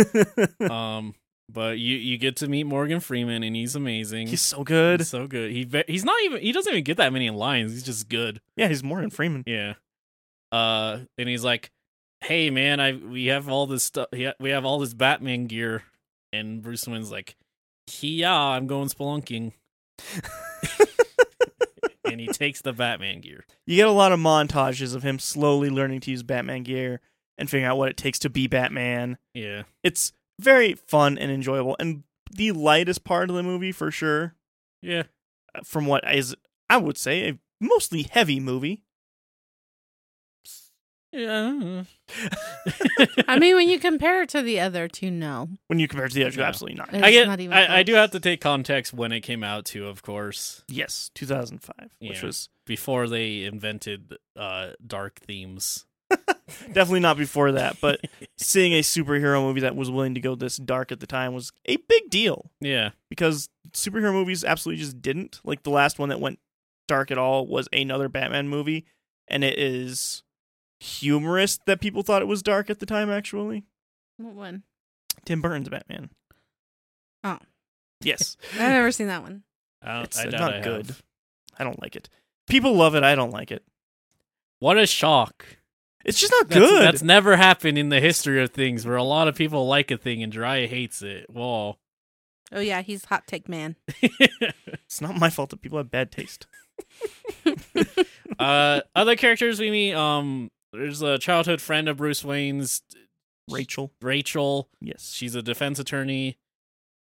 um, but you you get to meet Morgan Freeman, and he's amazing.
he's so good
He's so good. He ve- he's not even he doesn't even get that many lines. He's just good.
yeah he's morgan freeman
Yeah. Uh, and he's like, "Hey, man, I we have all this stuff. Yeah, we have all this Batman gear." And Bruce Wayne's like, "Yeah, I'm going spelunking." and he takes the Batman gear.
you get a lot of montages of him slowly learning to use batman gear and figuring out what it takes to be batman
Yeah.
it's very fun and enjoyable and the lightest part of the movie for sure
Yeah.
uh, from what is i would say a mostly heavy movie
Yeah.
I mean, when you compare it to the other two, no.
when you compare it to the other two,
No.
absolutely not
It's
I get.
not even
I, I do
close.
have to take context when it came out too, of course,
Yes, 2005, which
Yeah.
was
before they invented uh dark themes.
definitely not before that, but seeing a superhero movie that was willing to go this dark at the time was a big deal
Yeah.
because superhero movies absolutely just didn't. Like the last one that went dark at all was another Batman movie, and it is humorous that people thought it was dark at the time actually.
What one?
Tim Burton's Batman.
Oh.
Yes.
I've never seen that one.
I don't-
It's
I doubt
not
I have.
good. I don't like it. People love it, I don't like it.
What a shock.
It's just not
That's,
good.
That's never happened in the history of things where a lot of people like a thing and Jiraiya hates it. Whoa.
Oh yeah, he's hot take man.
It's not my fault that people have bad taste.
uh, other characters we meet, um, there's a childhood friend of Bruce Wayne's,
Rachel.
Rachel.
Yes.
She's a defense attorney.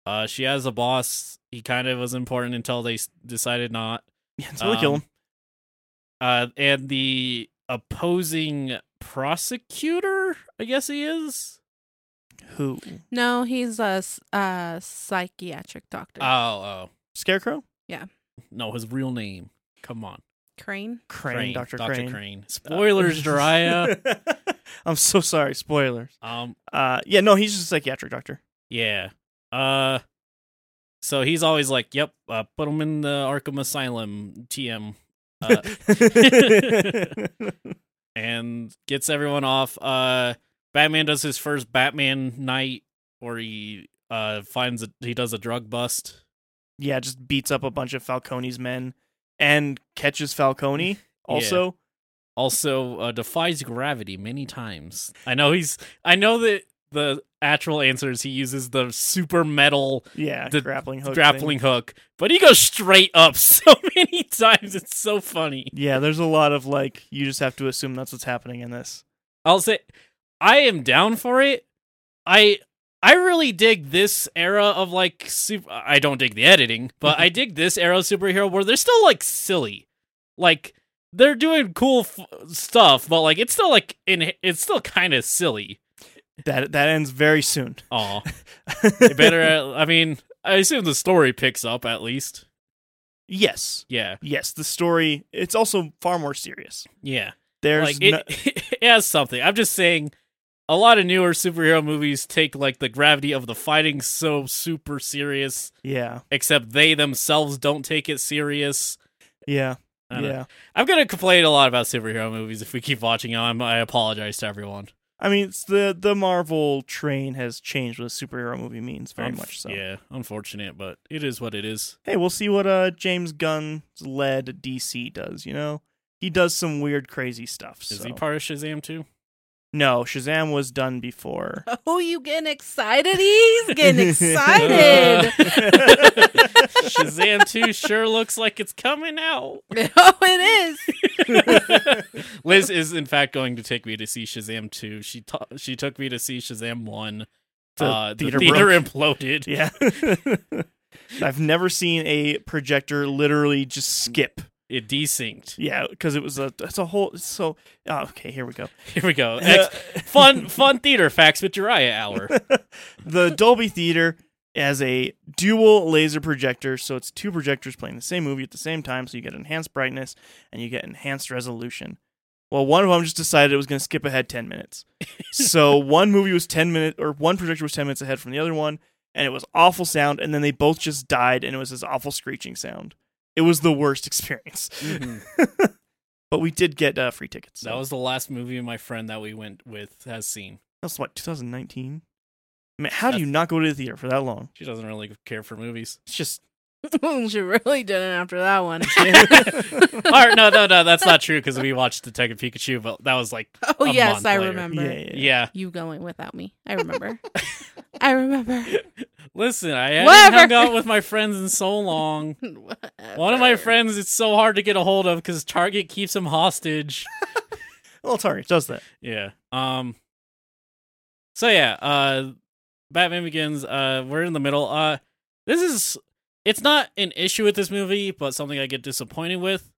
Uh, she has a boss. He kind of was important until they s- decided not.
Yeah, it's really kill
Um,
him.
Uh, and the opposing prosecutor, I guess he is.
Who?
No, he's a, s- a psychiatric doctor.
Oh, oh,
Scarecrow?
no, his real name. Come on,
Crane.
Crane. Dr. Crane. Uh,
Spoilers, Jiraiya.
I'm so sorry. Spoilers.
Um,
Uh, yeah, no, he's just a psychiatric doctor.
yeah. Uh, So he's always like, "Yep, uh, put him in the Arkham Asylum." TM. Uh, and gets everyone off. Uh, Batman does his first Batman night, where he uh finds a, he does a drug bust.
yeah, just beats up a bunch of Falcone's men and catches Falcone also.
Also, uh, defies gravity many times. I know he's. I know that the actual answer is he uses the super metal
Yeah,
The
grappling hook. thing.
grappling hook, but he goes straight up so many times. It's so funny.
Yeah, there's a lot of like you just have to assume that's what's happening in this.
I'll say I am down for it. I I really dig this era of like super I don't dig the editing, but I dig this era of superhero where they're still like silly. Like they're doing cool f- stuff, but like it's still like in it's still kind of silly.
That that ends very soon.
Aw. They better uh, I mean, I assume the story picks up at least.
yes.
Yeah.
Yes, the story it's also far more serious.
Yeah.
There's
like it,
no-
it has something. I'm just saying, a lot of newer superhero movies take like the gravity of the fighting so super serious,
yeah.
except they themselves don't take it serious.
Yeah.
I don't know.
Yeah.
I'm gonna complain a lot about superhero movies if we keep watching them. I apologize to everyone.
I mean, it's the the Marvel train has changed what a superhero movie means very
Unf-
much so.
Yeah, unfortunate, but it is what it is.
Hey, we'll see what uh James Gunn's led DC does, you know? He does some weird crazy stuff.
Is
so-
he part of Shazam too?
no, Shazam was done before.
Oh, you getting excited? He's getting excited.
Shazam two sure looks like it's coming out.
oh, it is.
Liz is in fact going to take me to see Shazam 2. She ta- she took me to see Shazam 1.
The
uh,
theater
the theater
broke.
imploded.
Yeah. I've never seen a projector literally just skip.
It desynced.
Yeah, because it was a that's a whole so oh, okay, here we go.
Here we go. Ex- fun fun theater facts with Uriah hour.
the Dolby Theater has a dual laser projector, so it's two projectors playing the same movie at the same time, so you get enhanced brightness and you get enhanced resolution. Well, one of them just decided it was going to skip ahead 10 minutes. so one movie was 10 minutes, or one projector was 10 minutes ahead from the other one, and it was awful sound, and then they both just died, and it was this awful screeching sound. It was the worst experience. But we did get uh, free tickets.
That was the last movie my friend that we went with has seen.
That's what 2019. Man, how do you not go to the theater for that long?
She doesn't really care for movies.
It's just
she really didn't after that one.
All right, no, no, no, that's not true because we watched Detective Pikachu, but that was like,
Oh,
A
yes,
month
I
later.
yeah,
remember.
yeah, yeah.
yeah.
You going without me. I remember. I remember.
Listen, I haven't
Whatever.
hung out with my friends in so long. One of my friends, it's so hard to get a hold of because Target keeps him hostage.
Well, Target does that.
Yeah. Um. So yeah, uh, Batman Begins. Uh, we're in the middle. Uh, this is it's not an issue with this movie, but something I get disappointed with.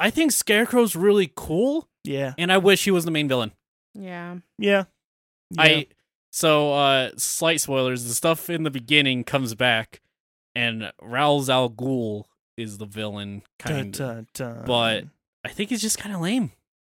I think Scarecrow's really cool,
Yeah,
and I wish he was the main villain.
Yeah.
yeah.
I so uh, slight spoilers. The stuff in the beginning comes back, and Raoul al Ghul is the villain. Kind.
uh,
of. but- I think he's just kind of lame.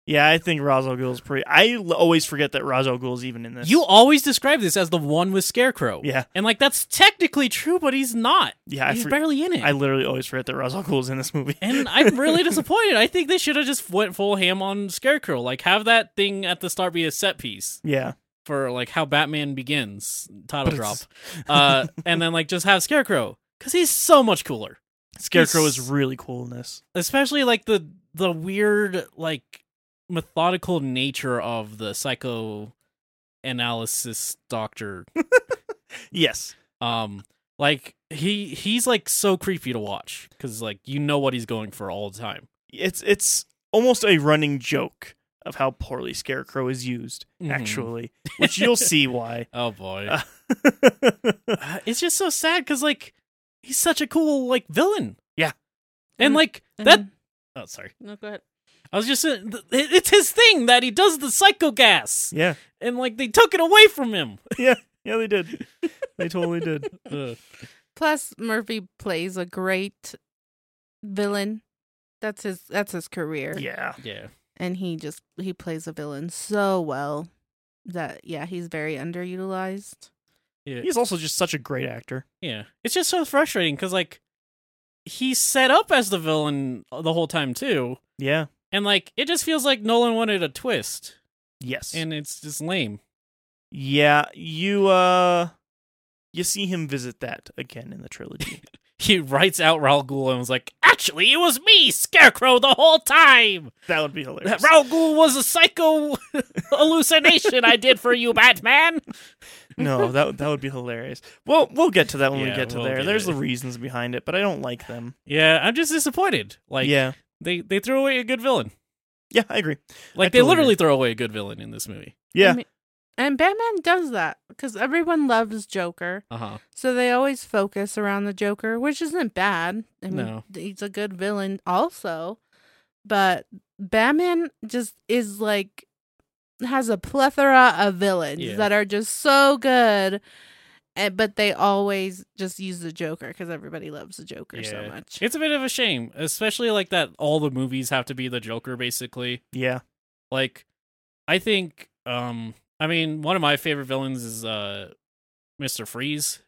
yeah, I think Ra's al Ghul's pretty. I l- always forget that Ra's al Ghul's even in this.
You always describe this as the one with Scarecrow.
Yeah.
And like that's technically true, but he's not.
yeah, I,
he's
for-
barely in it.
I literally always forget that Ra's al Ghul's in this movie.
and I'm really disappointed. I think they should have just went full ham on Scarecrow. Like have that thing at the start be a set piece
yeah,
for like how Batman begins title
But
drop.
it's-
Uh and then like just have Scarecrow cuz he's so much cooler.
Scarecrow
He's-
is really cool in this.
Especially like the the weird like methodical nature of the psycho analysis doctor
Yes,
um like he he's like so creepy to watch because like you know what he's going for all the time
it's it's almost a running joke of how poorly Scarecrow is used,
Mhm.
actually, which you'll see why.
oh boy
Uh,
Uh, it's just so sad because like he's such a cool like villain
Yeah.
Mm-hmm. and
Mm.
like that oh sorry
No, go ahead.
i was just saying, th- it- it's his thing that he does the psycho gas
yeah,
and like they took it away from him
yeah, they did. They totally did.
Ugh.
Plus, Murphy plays a great villain. That's his. That's his career.
Yeah,
yeah
and he just he plays a villain so well that yeah, he's very underutilized.
Yeah.
He's also just such a great actor.
Yeah. It's just so frustrating because, like, he's set up as the villain uh, the whole time, too.
Yeah.
And, like, it just feels like Nolan wanted a twist.
Yes.
And it's just lame.
yeah, you uh you see him visit that again in the trilogy.
He writes out Raul Ghul and was like, actually, it was me, Scarecrow, the whole time.
that would be hilarious.
Raul Ghul was a psycho hallucination I did for you, Batman.
no, that that would be hilarious. Well, we'll get to that when we
Yeah,
get to
we'll
there.
get
There's
it.
the reasons behind it, but I don't like them.
Yeah, I'm just disappointed. Like,
yeah,
they, they threw away a good villain.
yeah, I agree.
Like, they
totally
literally throw away a good villain in this movie.
Yeah,
mean- And Batman does that because everyone loves Joker.
Uh huh.
So they always focus around the Joker, which isn't bad. I mean,
No.
th- he's a good villain also. But Batman just is like has a plethora of villains
Yeah.
that are just so good. eh, But they always just use the Joker because everybody loves the Joker so
Yeah.
much.
It's a bit of a shame, especially like that all the movies have to be the Joker basically.
yeah,
Like I think um I mean, one of my favorite villains is uh Mr. Freeze,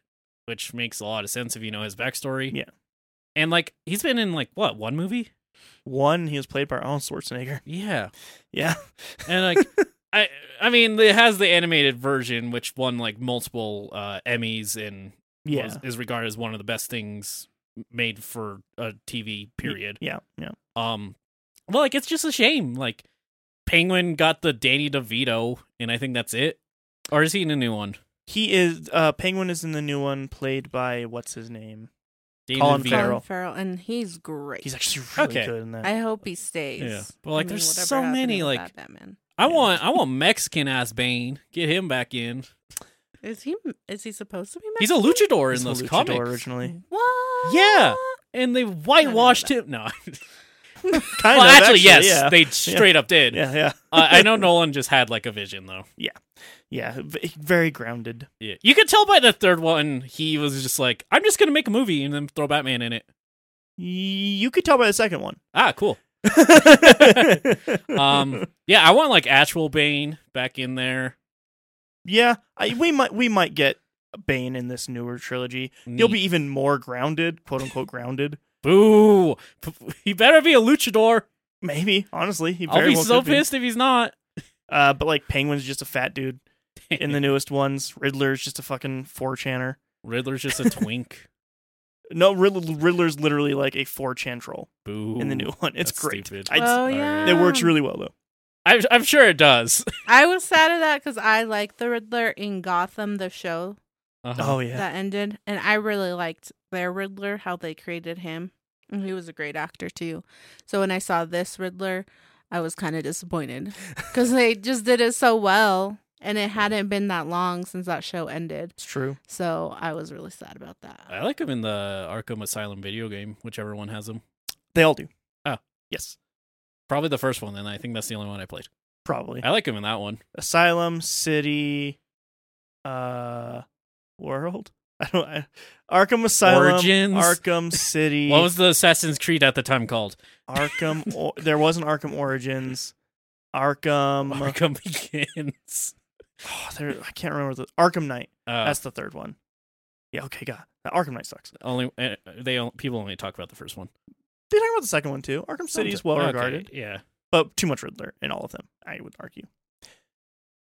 which makes a lot of sense if you know his backstory.
Yeah.
And like he's been in like what, one movie?
one he was played by Arnold Schwarzenegger.
Yeah.
Yeah,
And like I I mean, it has the animated version which won like multiple uh Emmys and
yeah,
was- is regarded as one of the best things made for a TV period.
yeah, yeah.
Um, well, like it's just a shame. Like Penguin got the Danny DeVito, and I think that's it. Or is he in a new one?
He is uh Penguin is in the new one, played by what's his name?
Danny
Colin
DeVito.
Colin
Farrell.
Farrell, and he's great.
He's actually really
Okay.
good in that.
I hope he stays.
Yeah. Well, like,
I mean,
there's
whatever
so
happened
many,
with
like-
that Batman.
I
Yeah.
want I want Mexican ass Bane. Get him back in.
Is he is he supposed to be?
He's a luchador
He's
in
a
those
luchador
comics.
originally.
What?
Yeah. And they whitewashed him. No.
Kind
well,
of,
actually, yes,
Yeah.
they straight up did.
yeah, yeah,
Uh, I know Nolan just had like a vision though.
yeah. v- Very grounded.
Yeah. You could tell by the third one, he was just like, I'm just gonna make a movie and then throw Batman in it.
You could tell by the second one.
Ah, cool. Um, yeah, I want like actual Bane back in there.
yeah, I, we might we might get Bane in this newer trilogy. He'll be even more grounded, quote unquote grounded.
boo. P- p- He better be a luchador.
Maybe honestly, he
I'll
very
be
well
so
could be.
pissed if he's not.
Uh, but like Penguin's just a fat dude in the newest ones. Riddler's just a fucking four chaner.
Riddler's just a twink.
No, Riddler, Riddler's literally like a four chan troll
Boo.
in the new one. It's
that's
great.
stupid.
I'd-
Oh
All right.
yeah.
It works really well though.
I'm, I'm sure it does.
I was sad at that because I liked the Riddler in Gotham, the show
Uh-huh.
Oh yeah,
that ended, and I really liked their Riddler, how they created him. And he was a great actor too. So when I saw this Riddler, I was kind of disappointed because they just did it so well, and it hadn't been that long since that show ended.
it's true.
So I was really sad about
I
that.
like him in the Arkham Asylum video game, whichever one has him.
They all do.
Oh.
yes,
Probably the first one, and I think that's the only one I played.
probably.
I like him in that one.
Asylum City, uh, World. I don't. I, Arkham Asylum,
Origins?
Arkham City,
What was the Assassin's Creed at the time called?
Arkham. Or, there was an Arkham Origins. Arkham.
Arkham Begins.
oh, there, I can't remember the Arkham Knight.
Uh,
That's the third one. Yeah. Okay. God, that Arkham Knight sucks.
only uh, they only, people only talk about the first one.
They talk about the second one too. Arkham City is well
Okay,
regarded.
Yeah,
but too much Riddler in all of them. I would argue.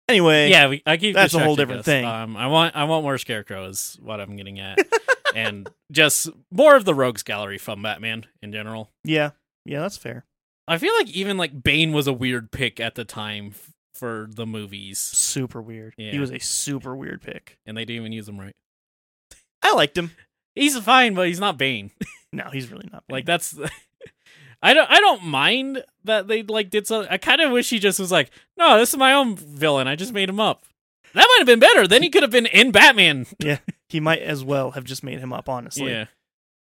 Anyway,
yeah. We, I keep
that's a whole
distracting
different
us.
thing.
Um, I want I want more Scarecrow is what I'm getting at, and just more of the Rogues Gallery from Batman in general.
yeah, yeah, that's fair.
I feel like even like Bane was a weird pick at the time f- for the movies,
Super weird. He
Yeah.
was a super weird pick.
and they didn't even use him right.
I liked him.
He's fine, but he's not Bane.
No, he's really not.
Like
bad.
that's. I don't. I don't mind that they like did something. I kind of wish he just was like, "No, this is my own villain. I just made him up." That might have been better. Then he could have been in Batman.
He might as well have just made him up, honestly.
yeah.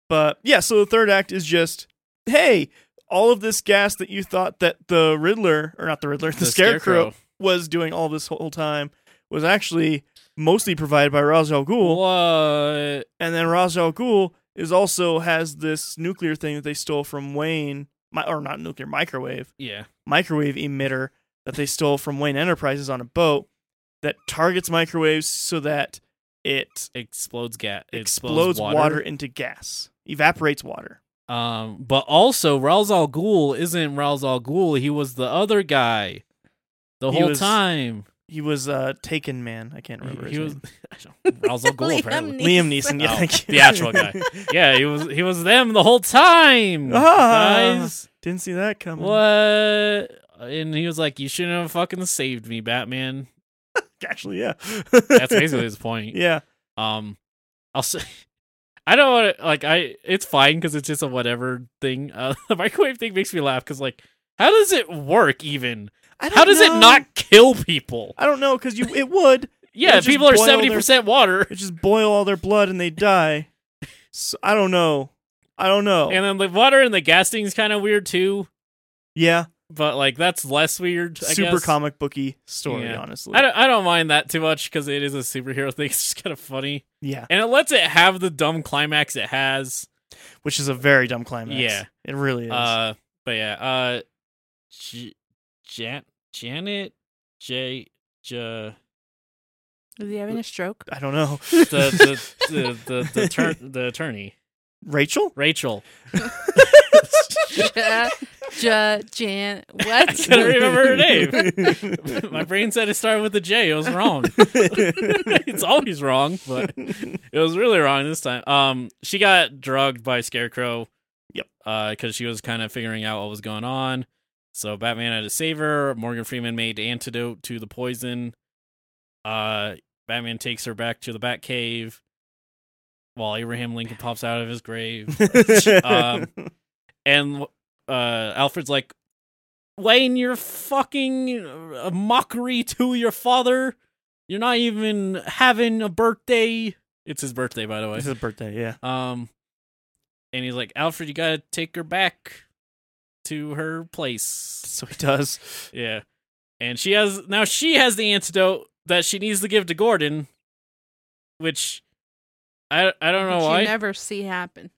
But yeah, so the third act is just hey, all of this gas that you thought that the Riddler or not the Riddler, the, Scarecrow, was doing all this whole time was actually mostly provided by Ra's al Ghul.
What?
And then Ra's al Ghul is also has this nuclear thing that they stole from Wayne, mi- or not nuclear microwave,
Yeah.
microwave emitter that they stole from Wayne Enterprises on a boat that targets microwaves so that it
explodes gas.
explodes water. into gas, evaporates water.
Um, but also Ra's al Ghul isn't Ra's al Ghul. He was the other guy the
He
whole
was-
time.
He was uh, Taken Man. I can't remember.
He, he
his
was
name.
Ra's al Ghul.
Liam
apparently.
Liam Neeson. Yeah,
Oh,
thank you.
the actual guy. Yeah, he was. He was them the whole time.
Ah.
guys,
Didn't see that coming.
what? And he was like, "You shouldn't have fucking saved me, Batman."
Actually, yeah.
That's basically his point.
yeah.
Um, I'll say, I don't want to like I. It's fine because it's just a whatever thing. Uh, the microwave thing makes me laugh because like, how does it work even?
I
How
don't
does it
know.
not kill people?
I don't know because you it would.
Yeah,
just
people are
boil their-
seventy percent water,
It just boil all their blood and they die. So, I don't know. I don't know.
and then the water and the gas thing's kind of weird too.
yeah,
But like that's less weird. I
super
guess.
comic booky story.
Yeah.
Honestly,
I don't, I don't mind that too much because it is a superhero thing. It's just kind of funny,
yeah,
and it lets it have the dumb climax it has.
which is a very dumb climax.
Yeah.
it really is.
Uh, but yeah, uh, J- Jan- Janet J. J-
Is he having a stroke?
I don't know.
the the the the, the, tur- the attorney
Rachel.
Rachel.
Ja, ja, Jan. What?
I couldn't remember her name.
name.
My brain said it started with a J. It was wrong. it's always wrong, but it was really wrong this time. Um, she got drugged by Scarecrow.
Yep.
Because she was kind of figuring out what was going on. So Batman had to save her. Morgan Freeman made antidote to the poison. Uh, Batman takes her back to the Batcave. While Abraham Lincoln pops out of his grave, Um, and uh, Alfred's like, Wayne, you're fucking a mockery to your father. You're not even having a birthday. It's his birthday, by the way.
It's his birthday. Yeah.
Um, and he's like, Alfred, you gotta take her back to her place.
So he does.
Yeah, and she has now she has the antidote that she needs to give to Gordon, which I I don't know
Which
why.
You never see happen.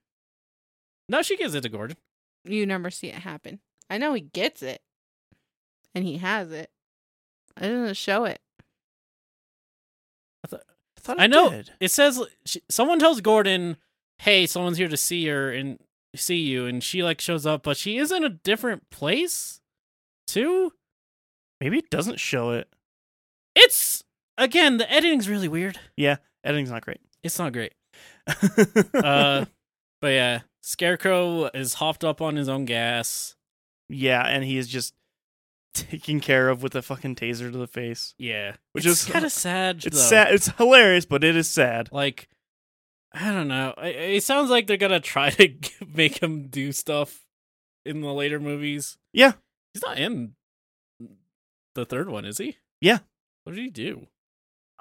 no, she gives it to Gordon.
You never see it happen. I know he gets it, and he has it. I didn't show it.
I thought
I know
did.
it says she, someone tells Gordon, "Hey, someone's here to see her and see you," and she like shows up, but she is in a different place too.
Maybe it doesn't show it.
It's again the editing's really weird.
Editing's not great.
It's not great. Uh, but yeah, Scarecrow is hopped up on his own gas.
yeah, and he is just taken care of with a fucking taser to the face,
Yeah,
which
it's
is
kind of sad.
It's
though.
sad. It's hilarious, but it is sad.
Like I don't know. I- It sounds like they're gonna try to make him do stuff in the later movies.
Yeah.
He's not in the third one, is he?
Yeah.
What did he do?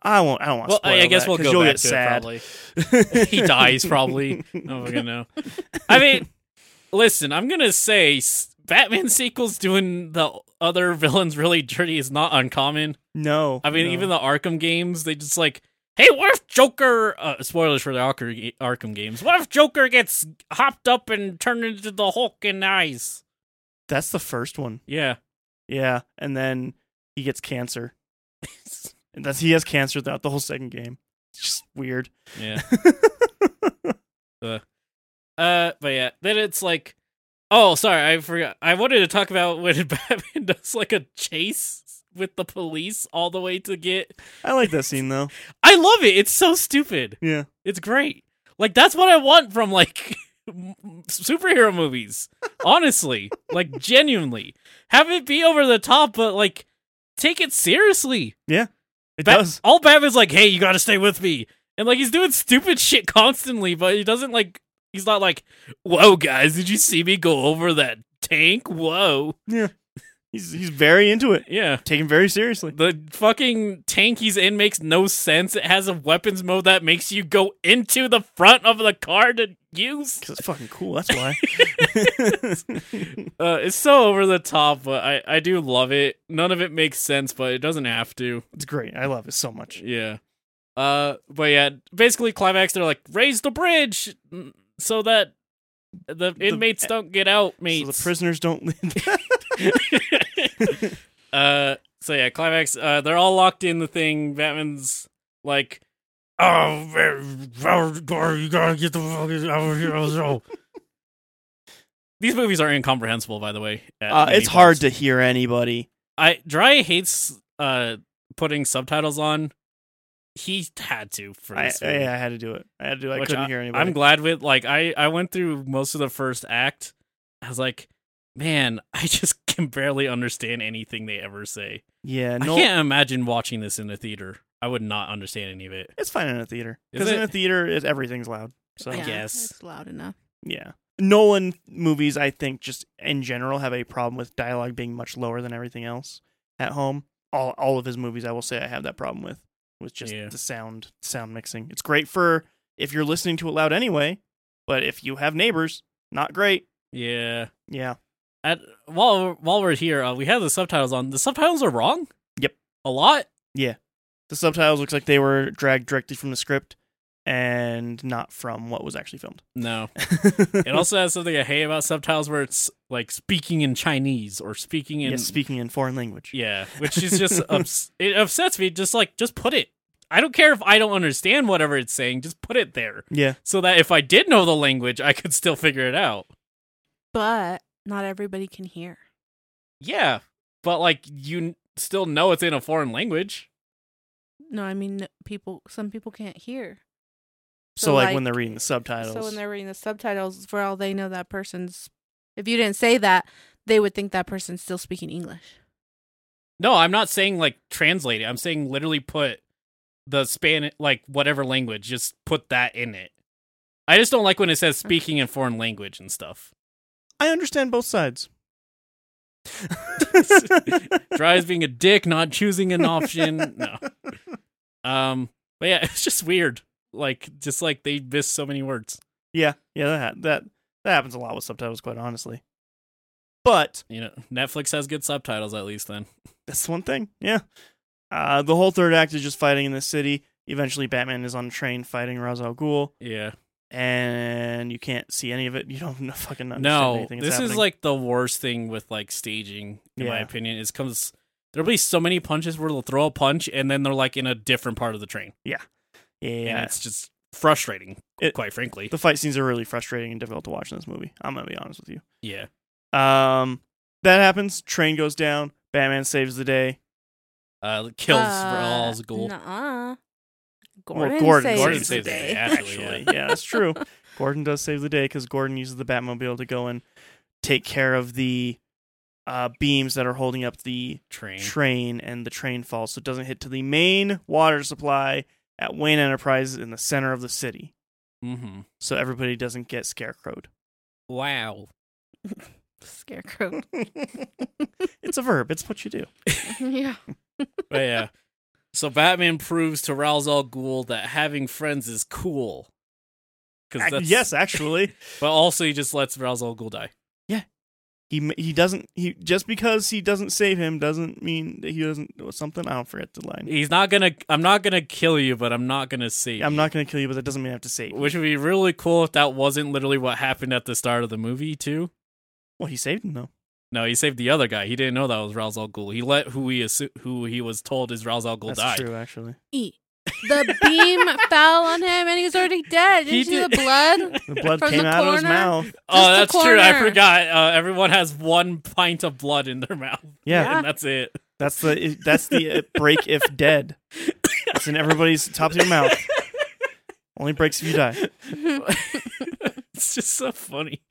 I won't. I don't want.
Well,
to
I, I guess we'll go
you'll
back
get
to
sad.
it probably. he dies probably. Oh, fucking know. I mean, listen, I'm gonna say s- Batman sequels doing the other villains really dirty is not uncommon.
no.
I mean,
no.
even the Arkham games, they just like, hey, what if Joker? Uh, spoilers for the Arkham Arkham games. What if Joker gets hopped up and turned into the Hulk and eyes?
that's the first one.
Yeah,
Yeah, and then he gets cancer. and that's he has cancer throughout the whole second game. It's just weird.
yeah. Uh, but yeah, then it's like, oh, sorry, I forgot. I wanted to talk about when Batman does like a chase with the police all the way to get.
I like that scene though.
I love it. It's so stupid.
Yeah.
It's great. Like that's what I want from like superhero movies. Honestly, like genuinely, have it be over the top, but like take it seriously.
It
Bat-
does.
All Batman's like, "Hey, you got to stay with me," and like he's doing stupid shit constantly, but he doesn't like. He's not like, "Whoa, guys, did you see me go over that tank?" Whoa,
He's he's very into it.
yeah.
Taken very seriously.
The fucking tank he's in makes no sense. It has a weapons mode that makes you go into the front of the car to use.
Cuz it's fucking cool, that's why.
Uh, it's so over the top, but I, I do love it. None of it makes sense, but it doesn't have to.
it's great. I love it so much.
Yeah. Uh, but yeah, basically, climax. They're like, raise the bridge mm, so that the inmates don't get out,
So the
mates.
prisoners don't
uh, so yeah, climax. Uh, they're all locked in the thing. Batman's like, oh, man, Robert Gore, you gotta get the fucking our heroes roll. These movies are incomprehensible, by the way. at
Uh,
many
it's hard
points.
to hear anybody.
I Dry hates uh putting subtitles on. He had to for
I,
this
I, I
movie.
had to do it. I had to do it. I
Which
couldn't hear anybody.
I'm glad with like I I went through most of the first act. I was like, man, I just can barely understand anything they ever say.
yeah,
I
no,
can't imagine watching this in a theater. I would not understand any of it.
it's fine in a theater
Is
because in
it?
a theater it, everything's loud. So
I
yeah.
Yeah,
guess.
it's loud enough.
Nolan movies, I think, just in general have a problem with dialogue being much lower than everything else at home. All all of his movies, I will say, I have that problem with with just
Yeah.
the sound sound mixing. It's great for if you're listening to it loud anyway, but if you have neighbors, not great.
Yeah.
Yeah,
At while while we're here, uh, we have the subtitles on. The subtitles are wrong.
Yep.
A lot.
the subtitles looks like they were dragged directly from the script and not from what was actually filmed.
No. It also has something I hate about subtitles where it's like speaking in Chinese or speaking in
yes, speaking in foreign language.
Yeah, which is just ups- it upsets me. Just like just put it. I don't care if I don't understand whatever it's saying. Just put it there
yeah,
so that if I did know the language, I could still figure it out.
But not everybody can hear.
Yeah, but like you n- still know it's in a foreign language.
No, I mean people. Some people can't hear.
So, like, when they're reading the subtitles,
So when they're reading the subtitles, for all they know, that person's. If you didn't say that, they would think that person's still speaking English.
No, I'm not saying like translate it. I'm saying literally put the span like whatever language. Just put that in it. I just don't like when it says speaking in foreign language and stuff.
I understand both sides.
Drives being a dick, not choosing an option. No. Um, but yeah, it's just weird. Like, just like they miss so many words,
Yeah, yeah, that ha- that that happens a lot with subtitles, quite honestly. But
you know. Netflix has good subtitles at least. Then
that's one thing. Yeah, uh, the whole third act is just fighting in the city. Eventually, Batman is on a train fighting Ra's al Ghul,
yeah.
and you can't see any of it. You don't know, fucking understand
No,
anything.
this
that's
is
happening.
like the worst thing with like staging, in my
Yeah.
opinion. Is comes there'll be so many punches where they'll throw a punch and then they're like in a different part of the train,
yeah,
and it's just frustrating,
It-
quite frankly.
the fight scenes are really frustrating and difficult to watch in this movie. I'm gonna be honest with you.
yeah,
Um, that happens. Train goes down. Batman saves the day.
uh, kills for all
Uh,
his goal.
Nuh-uh.
Well,
Gordon, saves,
Gordon
the
saves the
day.
day,
actually.
actually,
yeah, that's true. Gordon does save the day because Gordon uses the Batmobile to go and take care of the uh, beams that are holding up the
Train.
train, and the train falls, so it doesn't hit to the main water supply at Wayne Enterprises in the center of the city,
mm-hmm.
so everybody doesn't get scarecrowed.
Wow.
Scarecrow.
it's a verb. It's what you do.
yeah.
But yeah. So Batman proves to Ra's al Ghul that having friends is cool.
Ac-
Because
yes, actually,
but also he just lets Ra's al Ghul die.
he m- he doesn't he just because he doesn't save him doesn't mean that he doesn't oh, something. I don't forget the line.
He's not gonna. I'm not gonna kill you, but I'm not gonna save.
I'm
you.
not gonna kill you, but that doesn't mean I have to save. you.
Which would be really cool if that wasn't literally what happened at the start of the movie too.
Well, he saved him though.
No, he saved the other guy. He didn't know that was Ra's al Ghul. He let who he assu- who he was told is Ra's al Ghul
That's
die.
true, actually.
E.
Eat. The beam fell on him and he was already dead. Didn't
He
you see the
did-
blood?
The blood
From the
came out of his
corner?
mouth.
Oh,
Just
that's
the
true. I
corner.
forgot. Uh, everyone has one pint of blood in their mouth,
Yeah,
Yeah.
and that's it.
that's the that's the uh, break if dead. It's in everybody's top of your mouth. Only breaks if you die.
it's just so funny.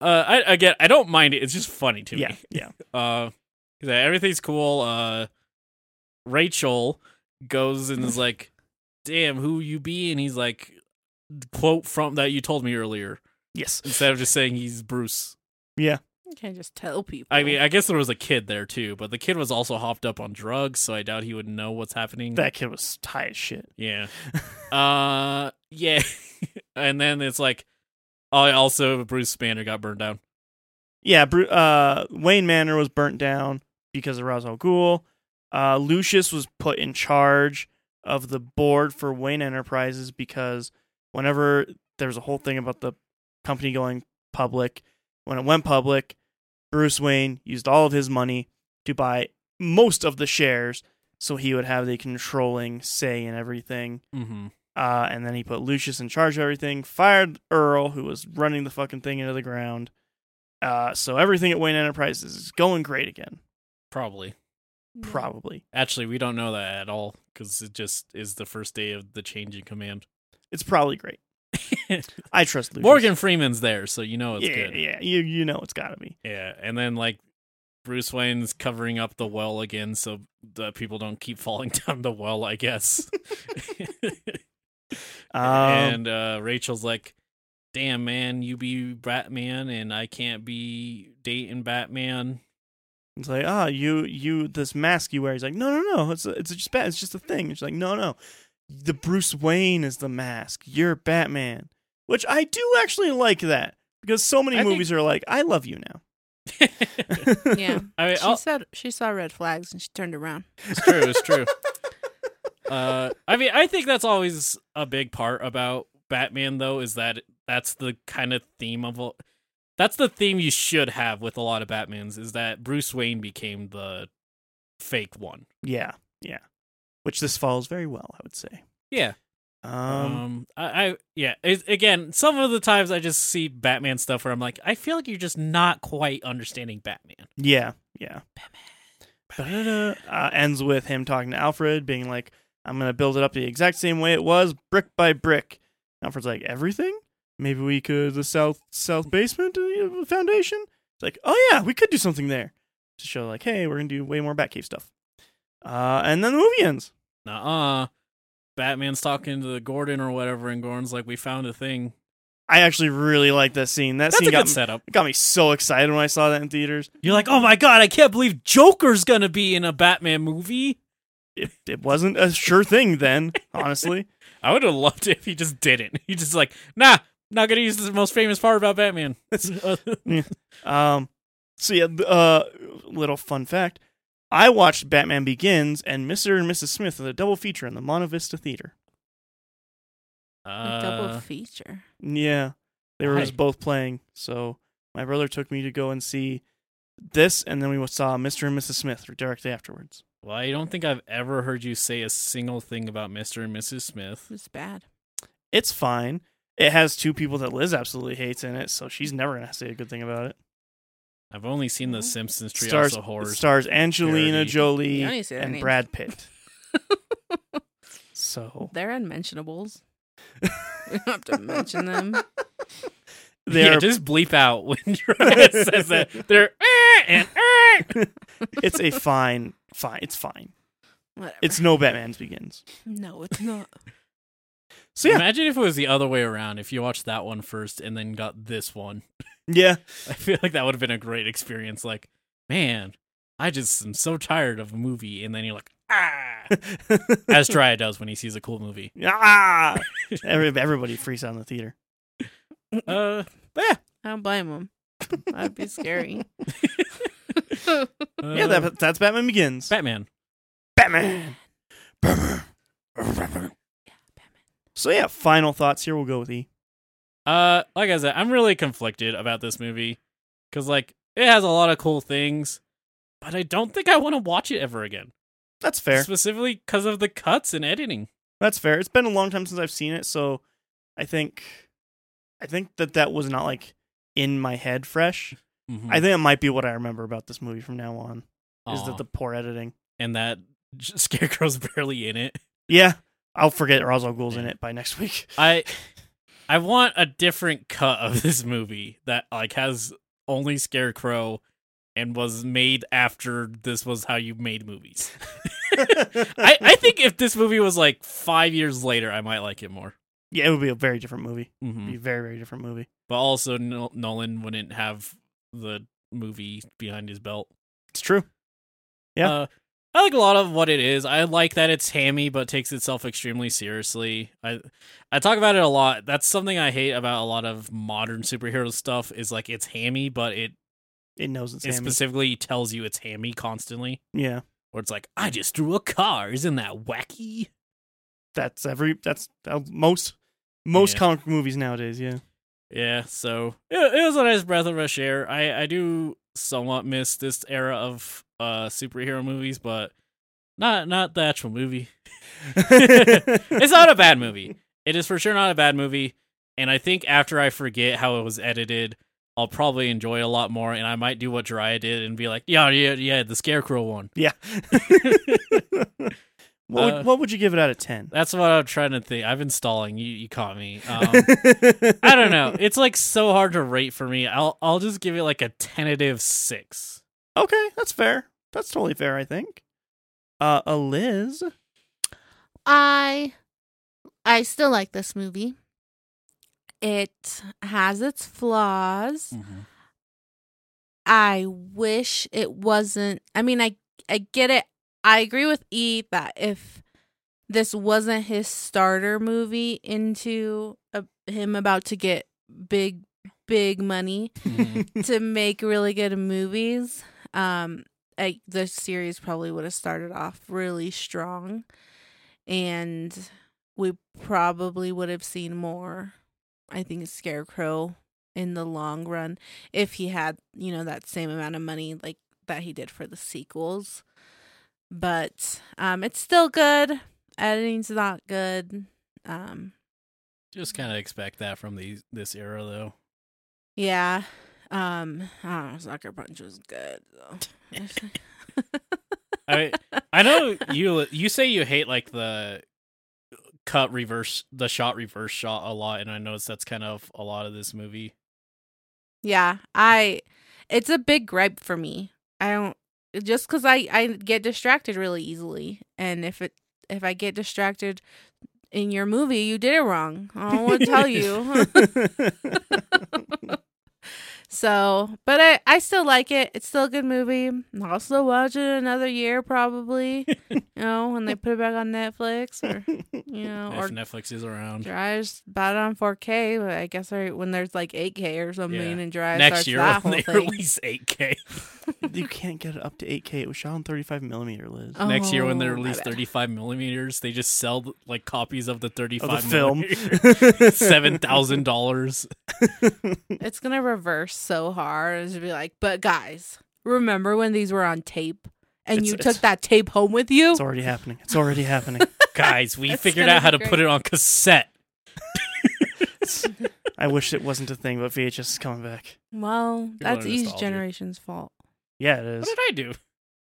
Uh, I again, I don't mind it. It's just funny to
Yeah,
me.
yeah.
Uh, 'cause everything's cool. Uh, Rachel goes and is like, "Damn, who you be?" And he's like, "Quote from that you told me earlier."
Yes.
Instead of just saying he's Bruce.
You can't just tell people.
I mean, I guess there was a kid there too, but the kid was also hopped up on drugs, so I doubt he would know what's happening.
That kid was high as shit.
Yeah. uh yeah. and then it's like oh also Bruce Banner got burned down.
Yeah, Bru- uh, Wayne Manor was burnt down because of Ra's al Ghul. Uh, Lucius was put in charge of the board for Wayne Enterprises because whenever there was a whole thing about the company going public, when it went public, Bruce Wayne used all of his money to buy most of the shares so he would have the controlling say in everything.
Mm-hmm.
Uh, and then he put Lucius in charge of everything, fired Earl, who was running the fucking thing into the ground. Uh, so everything at Wayne Enterprises is going great again,
Probably.
probably.
Actually, we don't know that at all because it just is the first day of the change in command.
It's probably great. I trust Lucius.
Morgan Freeman's there, so you know it's
yeah,
good.
yeah, you you know it's gotta be.
Yeah, and then like Bruce Wayne's covering up the well again, so the people don't keep falling down the well, I guess.
Um,
and uh, Rachel's like, "Damn man, you be Batman, and I can't be dating Batman."
It's like, ah, you, you, this mask you wear. He's like, no, no, no, it's, a, it's just bad. It's just a thing. She's like, no, no, the Bruce Wayne is the mask. You're Batman, which I do actually like that because so many
I think-
movies are like, I love you now.
Yeah.
I mean,
She
I'll-
said she saw red flags and she turned around.
it's true. It's true. uh, I mean, I think that's always a big part about Batman, though, is that that's the kind of theme of a, that's the theme you should have with a lot of Batmans is that Bruce Wayne became the fake one.
yeah, yeah. Which this follows very well, I would say.
Yeah. Um,
Um,
I, I yeah. It's, again, some of the times I just see Batman stuff where I'm like, I feel like you're just not quite understanding Batman.
Yeah, yeah. Ba-da-da. Uh, ends with him talking to Alfred, being like, "I'm gonna build it up the exact same way it was, brick by brick." Alfred's like, "Everything? Maybe we could the south south basement uh, foundation." It's like, "Oh yeah, we could do something there to show like, hey, we're gonna do way more Batcave stuff." Uh, and then the movie ends.
Nuh-uh. Batman's talking to the Gordon or whatever, and Gordon's like, "We found a thing."
I actually really like that scene. That
That's
scene
a
got
good
me,
setup.
got me so excited when I saw that in theaters.
You're like, oh my god, I can't believe Joker's gonna be in a Batman movie.
It, it wasn't a sure thing then, honestly.
I would have loved it if he just didn't. He just like, nah, not gonna use the most famous part about Batman. Uh,
Um, so yeah, th- uh, little fun fact: I watched Batman Begins and Mister and Mrs. Smith as a double feature in the Monta Vista Theater.
A double
Uh,
feature.
Yeah, they were
Why?
just both playing. So my brother took me to go and see this, and then we saw Mister and Mrs. Smith directly afterwards.
well, I don't think I've ever heard you say a single thing about Mr. and Mrs. Smith.
It's bad.
It's fine. It has two people that Liz absolutely hates in it, so she's never gonna say a good thing about it.
I've only seen the
Mhm.
Simpsons Treehouse
stars
of Horrors.
stars Angelina
parody.
Jolie
You don't need to say their
and
names.
Brad Pitt. so
They're unmentionables. we don't have to mention them.
they're
yeah, just bleep out when Dredd says that. They're "Eh," and "Eh."
it's a fine, fine. It's fine.
Whatever.
It's no Batman's Begins.
no, it's not.
So yeah,
Imagine if it was the other way around. If you watched that one first and then got this one.
yeah,
I feel like that would have been a great experience. Like, man, I just am so tired of a movie, and then you're like, ah, as Drya does when he sees a cool movie.
ah! Every, everybody freaks out in the theater.
Uh,
I don't blame them. That'd be scary.
yeah,
uh,
that, that's Batman Begins.
Batman.
Batman. Batman. Batman. So yeah, final thoughts here. We'll go with E.
Uh, like I said, I'm really conflicted about this movie because like it has a lot of cool things, but I don't think I want to watch it ever again.
That's fair.
specifically because of the cuts and editing.
That's fair. It's been a long time since I've seen it, so I think, I think that that was not like in my head fresh.
Mhm.
I think it might be what I remember about this movie from now on. Is
Aw.
that the poor editing?
and that j- scarecrow's barely in it.
Yeah, I'll forget Ra's al Ghul's in
Yeah.
it by next week.
I I want a different cut of this movie that like has only Scarecrow and was made after this was how you made movies. I, I think if this movie was like five years later, I might like it more.
yeah, it would be a very different movie. It'd
Mhm.
be a very very different movie.
But also, Nol- Nolan wouldn't have the movie behind his belt.
It's true. Yeah.
Uh, I like a lot of what it is. I like that it's hammy but takes itself extremely seriously. I I talk about it a lot. That's something I hate about a lot of modern superhero stuff is like it's hammy but it,
It knows it's
it
hammy.
specifically tells you it's hammy constantly.
yeah,
Or it's like I just threw a car. Isn't that wacky?
that's every that's uh, most most
Yeah.
comic book movies nowadays. Yeah,
Yeah, so it, it was a nice breath of fresh air. I I do somewhat miss this era of uh superhero movies, but not not the actual movie. it's not a bad movie. It is for sure not a bad movie, and I think after I forget how it was edited, I'll probably enjoy it a lot more, and I might do what Jiraiya did and be like, yeah, yeah, yeah, the Scarecrow one.
Yeah. what,
Uh,
would, what would you give it out of 10?
That's what I'm trying to think. I've been stalling. You, you caught me. Um, I don't know. It's like so hard to rate for me. I'll I'll just give it like a tentative six.
Okay, that's fair. That's totally fair, I think. Uh, uh, Liz.
I I still like this movie. It has its flaws.
Mm-hmm.
I wish it wasn't. I mean, I I get it. I agree with E that if this wasn't his starter movie into a, him about to get big big money
Mhm.
to make really good movies, um, I, the series probably would have started off really strong, and we probably would have seen more. I think Scarecrow in the long run, if he had you know that same amount of money like that he did for the sequels, but um, it's still good. Editing's not good. Um,
Just kind of expect that from these this era though.
Yeah. Um, I don't know. Sucker Punch was good though.
I I know you you say you hate like the cut reverse the shot reverse shot a lot, and I notice that's kind of a lot of this movie.
yeah, I. It's a big gripe for me. I don't just because I I get distracted really easily, and if it if I get distracted in your movie, you did it wrong. I will tell you. so, but I I still like it. It's still a good movie. I'll still watch it another year probably. you know when they put it back on Netflix or you know or
if Netflix is around
Dry is bought it on 4K, but I guess I, when there's like 8K or something,
Yeah.
and Dry
next
starts
year
that
when
whole
they
thing.
release 8K.
you can't get it up to 8K. It was shot on 35 millimeter, Liz.
Oh,
next year when they
my
release
bad.
35 millimeters, they just sell like copies of the 35
of the film.
Oh.
seven thousand dollars.
It's gonna reverse so hard. It's gonna be like, but guys, remember when these were on tape and
It's-
you
it's-
took that tape home with you?
It's already happening. It's already happening.
Guys, we
That's
figured
gonna
out how to
be
put
great.
it on cassette.
I wish it wasn't a thing, but VHS is coming back.
Well, that's
are
each
nostalgic.
generation's fault.
Yeah, it is.
What did I do?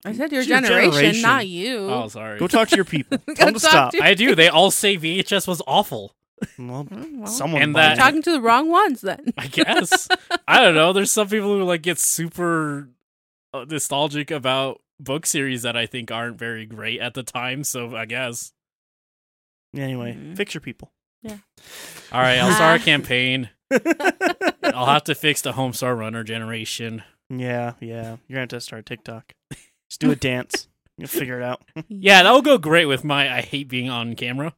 I said your
It's your
generation,
generation.
not you.
Oh, sorry.
Go talk to your people. Tell
Go
them to
talk
stop.
to-
I do. They all say VHS was awful.
Well,
Mm, well,
someone
And
bought
that-
you're
it.
talking to the wrong ones then.
I guess. I don't know. There's some people who like get super uh, nostalgic about book series that I think aren't very great at the time. So I guess.
Anyway,
Mhm.
fix your people.
All right, I'll start a
Ah.
campaign. I'll have to fix the Homestar Runner generation.
Yeah, yeah. You're going to have to start TikTok. Just do a dance. You'll figure it out.
Yeah, that'll go great with my I hate being on camera.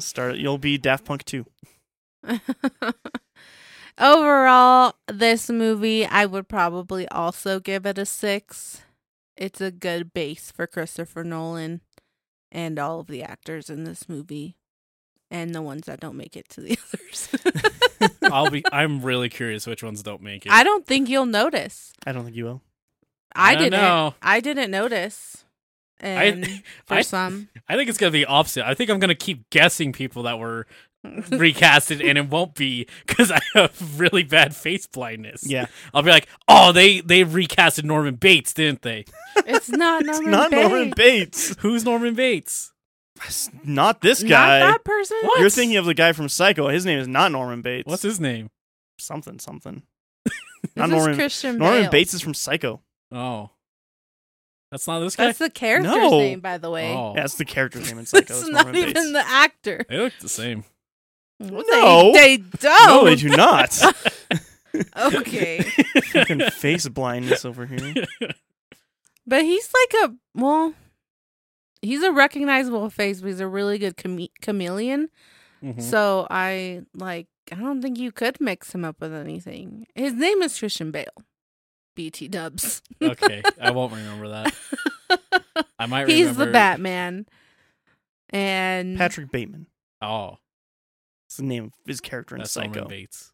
Start. You'll be Daft Punk too.
Overall, this movie, I would probably also give it a six. It's a good base for Christopher Nolan and all of the actors in this movie and the ones that don't make it to the others.
I'll be. I'm really curious which ones don't make it.
I don't think you'll notice.
I don't think you will.
I,
don't
didn't.
know.
I didn't notice. And for
I-
some,
I think it's gonna be opposite. I think I'm gonna keep guessing people that were recasted, and it won't be because I have really bad face blindness.
Yeah.
I'll be like, oh, they they recasted Norman Bates, didn't they?
it's not
It's
Norman
not
Bates.
Norman Bates.
Who's Norman Bates?
It's not this
Not
guy.
that person.
What?
You're thinking of the guy from Psycho. His name is not Norman Bates.
What's his name?
something something?
This
not
is
Norman.
Christian
Norman
Bale.
Bates is from Psycho.
Oh, that's not this guy.
That's the character's
No.
name, by the way.
Oh,
Yeah, that's the character's name in Psycho.
That's
It's
not
Norman
even
Bates.
the actor.
they look the same.
No.
they, they
no,
don't.
they do not.
okay,
Fucking face blindness over here.
but he's like a well, he's a recognizable face, but he's a really good chame- chameleon.
Mm-hmm.
Mhm.
So I like. I don't think you could mix him up with anything. His name is Christian Bale. BT Dubs.
Okay, I won't remember that. I might.
he's
remember...
the Batman. And
Patrick Bateman.
Oh,
It's the name of his character in
that's Norman
Psycho.
Bates.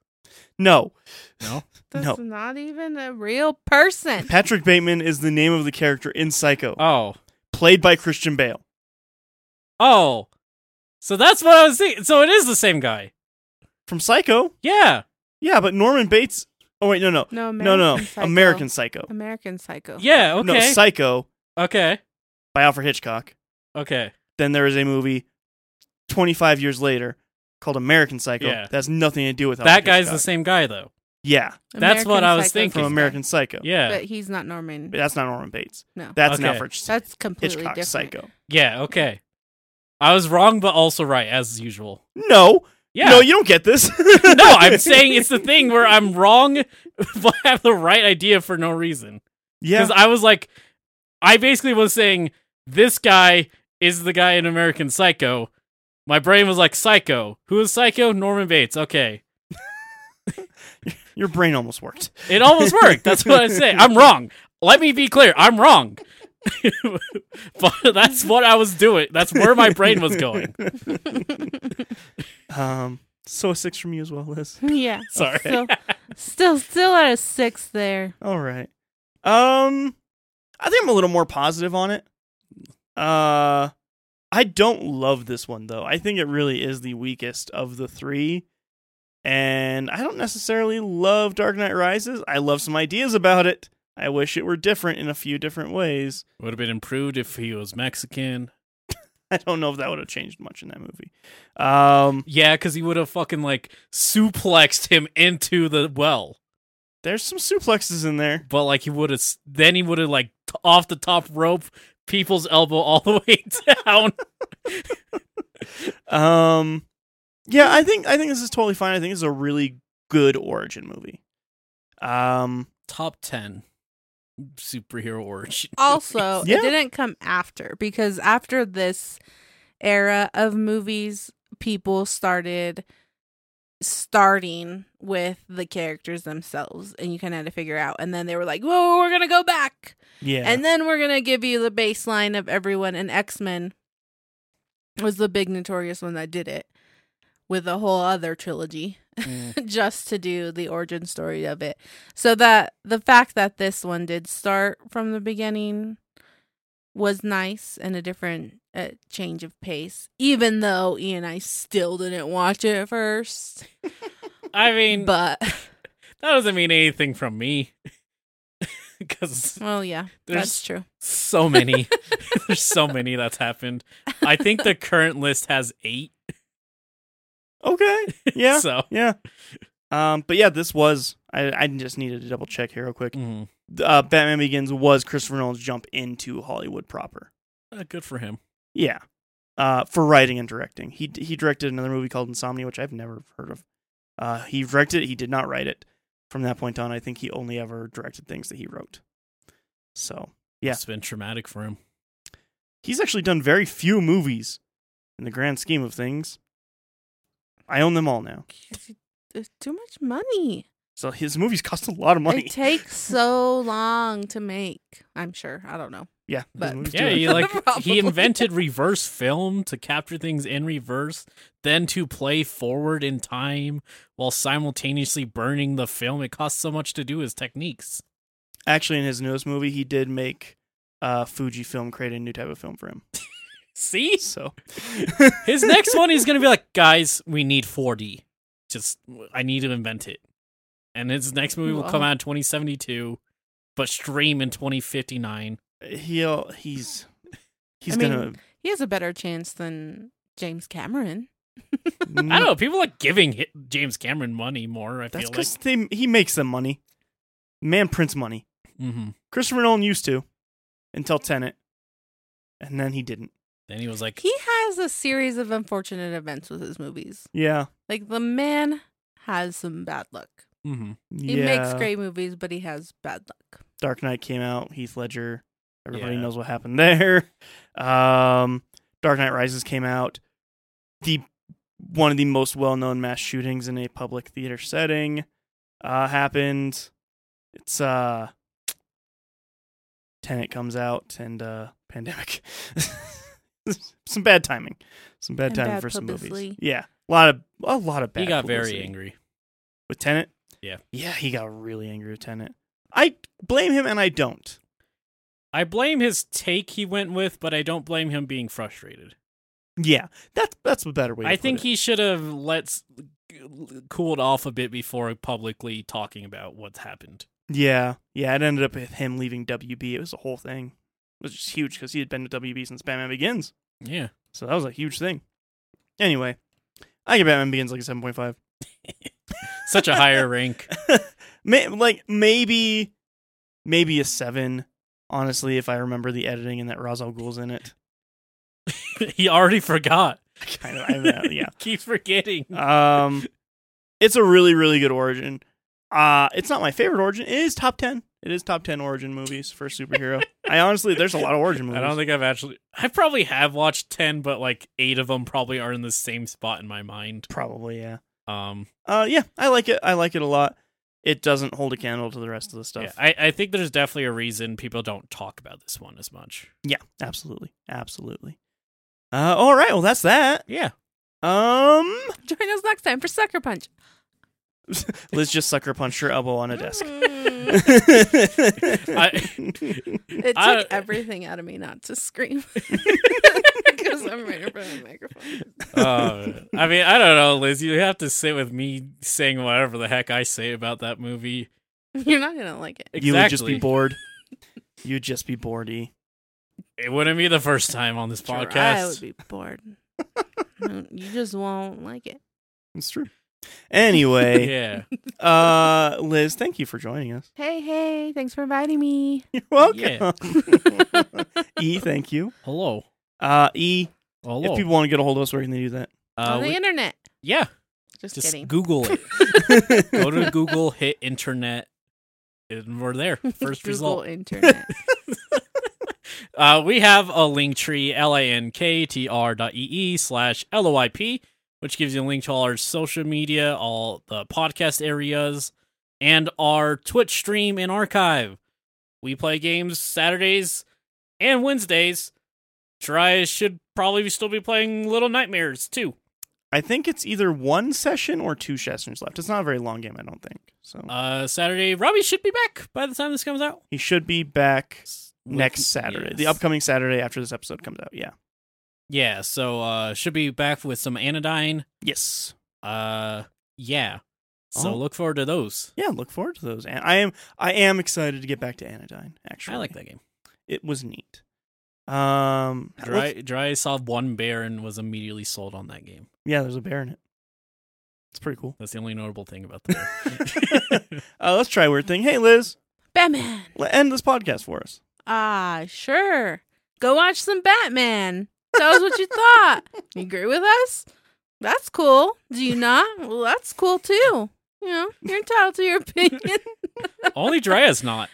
No,
No.
that's
no.
not even a real person.
Patrick Bateman is the name of the character in Psycho,
Oh.
played by Christian Bale.
Oh. So that's what I was thinking. So it is the same guy.
from Psycho.
Yeah.
Yeah, but Norman Bates. Oh wait, no, no, no,
No, American
no,
Psycho.
American Psycho.
American Psycho.
Yeah. Okay.
No, Psycho
okay.
by Alfred Hitchcock.
Okay.
Then there is a movie, twenty five years later, called American Psycho.
Yeah.
That has nothing to do with
that guy's the
Hitchcock.
same guy though.
Yeah,
That's what I was
Psycho's
thinking.
from
this guy.
American Psycho.
Yeah.
But he's not Norman.
But that's not Norman Bates.
No.
That's an
Okay.
Alfred Hitch-
That's completely
Hitchcock
different.
Psycho.
yeah. Okay. I was wrong, but also right as usual.
No,
Yeah.
no, you don't get this.
no, I'm saying it's the thing where I'm wrong, but I have the right idea for no reason.
yeah.
Because I was like, I basically was saying this guy is the guy in American Psycho. My brain was like, Psycho. Who is Psycho? Norman Bates. Okay,
Your brain almost worked.
it almost worked. That's what I say. I'm wrong. Let me be clear. I'm wrong. but that's what I was doing. That's where my brain was going.
Um, so a six from you as well, Liz.
yeah.
Sorry.
Still, still, still at a six there.
All right. Um, I think I'm a little more positive on it. Uh, I don't love this one though. I think it really is the weakest of the three, and I don't necessarily love Dark Knight Rises. I love some ideas about it. I wish it were different in a few different ways.
Would have been improved if he was Mexican.
I don't know if that would have changed much in that movie. Um,
Yeah, because he would have fucking like suplexed him into the well.
there's some suplexes in there.
but like he would have then he would have like t- off the top rope people's elbow all the way down
Um, yeah, I think I think this is totally fine. I think this is a really good origin movie. Um,
top 10 superhero origin
Also,
Yeah.
it didn't come after because after this era of movies, people started starting with the characters themselves and you kind of had to figure out and then they were like whoa we're gonna go back
yeah,
And then we're gonna give you the baseline of everyone. And X Men was the big notorious one that did it with a whole other trilogy just to do the origin story of it. So that the fact that this one did start from the beginning was nice and a different uh, change of pace. Even though Ian and I still didn't watch it at first,
i mean
but
that doesn't mean anything from me because
well, yeah, that's
there's
true.
so many there's so many that's happened i think the current list has eight
okay, yeah,
so
yeah. Um, but yeah, this was I I just needed to double check here real quick.
mm,
Uh, Batman Begins was Christopher Nolan's jump into Hollywood proper.
uh, good for him
Yeah. Uh, for writing and directing, he he directed another movie called Insomnia, which I've never heard of. Uh, he directed it. He did not write it. From that point on, I think he only ever directed things that he wrote. So Yeah.
it's been traumatic for him
he's actually done very few movies in the grand scheme of things. I own them all now.
It's uh, too much money.
So his movies cost a lot of money.
It takes so long to make. I'm sure. I don't know.
yeah, his
but-
movies
Yeah,
do.
he like
Probably.
he invented reverse film to capture things in reverse, then to play forward in time while simultaneously burning the film. It costs so much to do his techniques.
actually in his newest movie he did make uh Fujifilm create a new type of film for him.
See,
So
his next one is gonna be like, guys, we need 4D. Just I need to invent it. And his next movie will come
Wow.
out in 2072, but stream in 2059.
he'll he's he's
I mean,
gonna
He has a better chance than James Cameron.
I don't know. People like giving hi- James Cameron money more. I
Mm. that's
feel like.
because they he makes them money. Man prints money.
hmm
Christopher Nolan used to until Tenet. And then he didn't.
Then he was like,
He has a series of unfortunate events with his movies.
Yeah.
Like the man has some bad luck.
hmm
He
yeah.
makes great movies, but he has bad luck.
Dark Knight came out, Heath Ledger. Everybody
Yeah.
knows what happened there. Um, Dark Knight Rises came out. The one of the most well-known mass shootings in a public theater setting uh, happened. It's uh, Tenet comes out and uh, pandemic. some bad timing. Some bad
And
timing
bad
for some movies.
publicity.
Yeah, a lot of a lot of bad.
he got very
publicity.
angry.
with Tenet.
Yeah.
yeah, he got really angry with Tenet. I blame him and I don't.
I blame his take he went with, but I don't blame him being frustrated.
Yeah, that's that's a better way. to
I
put
think
it.
he should have let us cooled off a bit before publicly talking about what's happened.
Yeah, yeah. It ended up with him leaving WB. It was a whole thing. It was just huge because he had been to WB since Batman Begins,
Yeah.
so that was a huge thing. Anyway, I give Batman Begins like a seven point five.
Such a higher rank.
May- like maybe, maybe a seven. Honestly, if I remember the editing and that Ra's al Ghul's in it,
he already forgot.
I kind of, I, yeah.
Keep forgetting.
Um, it's a really, really good origin. Uh, it's not my favorite origin. It is top ten. It is top ten origin movies for a superhero. I honestly, there's a lot of origin movies.
I don't think I've actually. I probably have watched ten, but like eight of them probably are in the same spot in my mind.
probably yeah.
Um,
Uh, yeah, I like it. I like it a lot. It doesn't hold a candle to the rest of the stuff.
yeah, I, I think there's definitely a reason people don't talk about this one as much.
Yeah, absolutely, absolutely. Uh, all right. Well, that's that.
Yeah,
Um,
Join us next time for Sucker Punch.
let's just sucker punch your elbow on a desk.
Mm.
I,
It took
I-
everything out of me not to scream because I'm right in front of the microphone.
uh, I mean, I don't know, Liz. You have to sit with me saying whatever the heck I say about that movie.
You're not gonna like it.
you would just be
Exactly.
bored. You'd just be bored. E.
It wouldn't be the first time on this
Sure,
podcast.
I would be bored. No, you just won't like it.
It's true. Anyway,
yeah.
uh, Liz, thank you for joining us.
Hey, hey! Thanks for inviting me.
You're
Yeah.
welcome.
Uh,
e, thank you.
Hello.
Uh, e,
Hello.
if people want to get a hold of us, where can they do that?
uh,
On the
we-
internet.
yeah.
Oh, Just,
Just
kidding.
Google it. Go to Google, hit internet, and we're there. First
Google
result.
internet.
Uh, we have a link tree, L-I-N-K-T-R dot E-E slash L-O-I-P, which gives you a link to all our social media, all the podcast areas, and our Twitch stream and archive. We play games Saturdays and Wednesdays. Try should probably still be playing Little Nightmares too.
I think it's either one session or two sessions left. It's not a very long game, I don't think. So
Uh, Saturday, Robbie should be back by the time this comes out.
he should be back
With-
next Saturday, the
yes.
upcoming Saturday after this episode comes out. Yeah.
Yeah, so uh should be back with some anodyne.
Yes.
Uh yeah. So
Oh.
look forward to those.
Yeah. Look forward to those. And I am. I am excited to get back to Anodyne. Actually,
I like that game.
It was neat. Um.
Dry
let's-
Dry saw one bear and was immediately sold on that game.
Yeah. There's a bear in it. It's pretty cool.
That's the only notable thing about the bear.
Uh, let's try a weird thing. Hey, Liz,
Batman.
l- end this podcast for us.
Ah, sure. Go watch some Batman. Tell us what you thought. You agree with us? That's cool. Do you not? Well, that's cool too. You know, you're entitled to your opinion.
only Drya's not.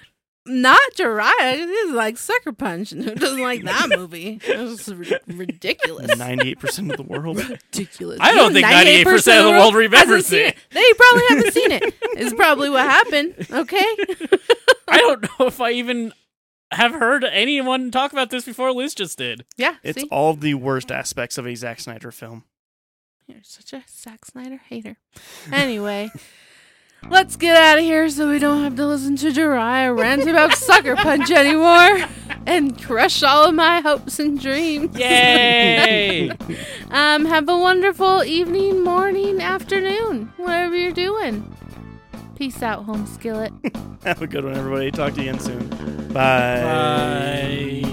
Not Jiraiya. It's like Sucker Punch. Who doesn't like that movie? It's ri- ridiculous.
Ninety-eight percent of the world.
Ridiculous.
I don't
You
think
know,
ninety eight percent of the world
hasn't
remembers
seen
it.
They probably haven't seen it. It's probably what happened. Okay.
I don't know if I even have heard anyone talk about this before Liz just did.
Yeah.
It's
see?
all the worst aspects of a Zack Snyder film.
You're such a Zack Snyder hater. Anyway, let's get out of here so we don't have to listen to Jiraiya rant about Sucker Punch anymore and crush all of my hopes and dreams.
Yay!
Um, have a wonderful evening, morning, afternoon, whatever you're doing. Peace out, home skillet.
Have a good one, everybody. Talk to you again soon.
Bye.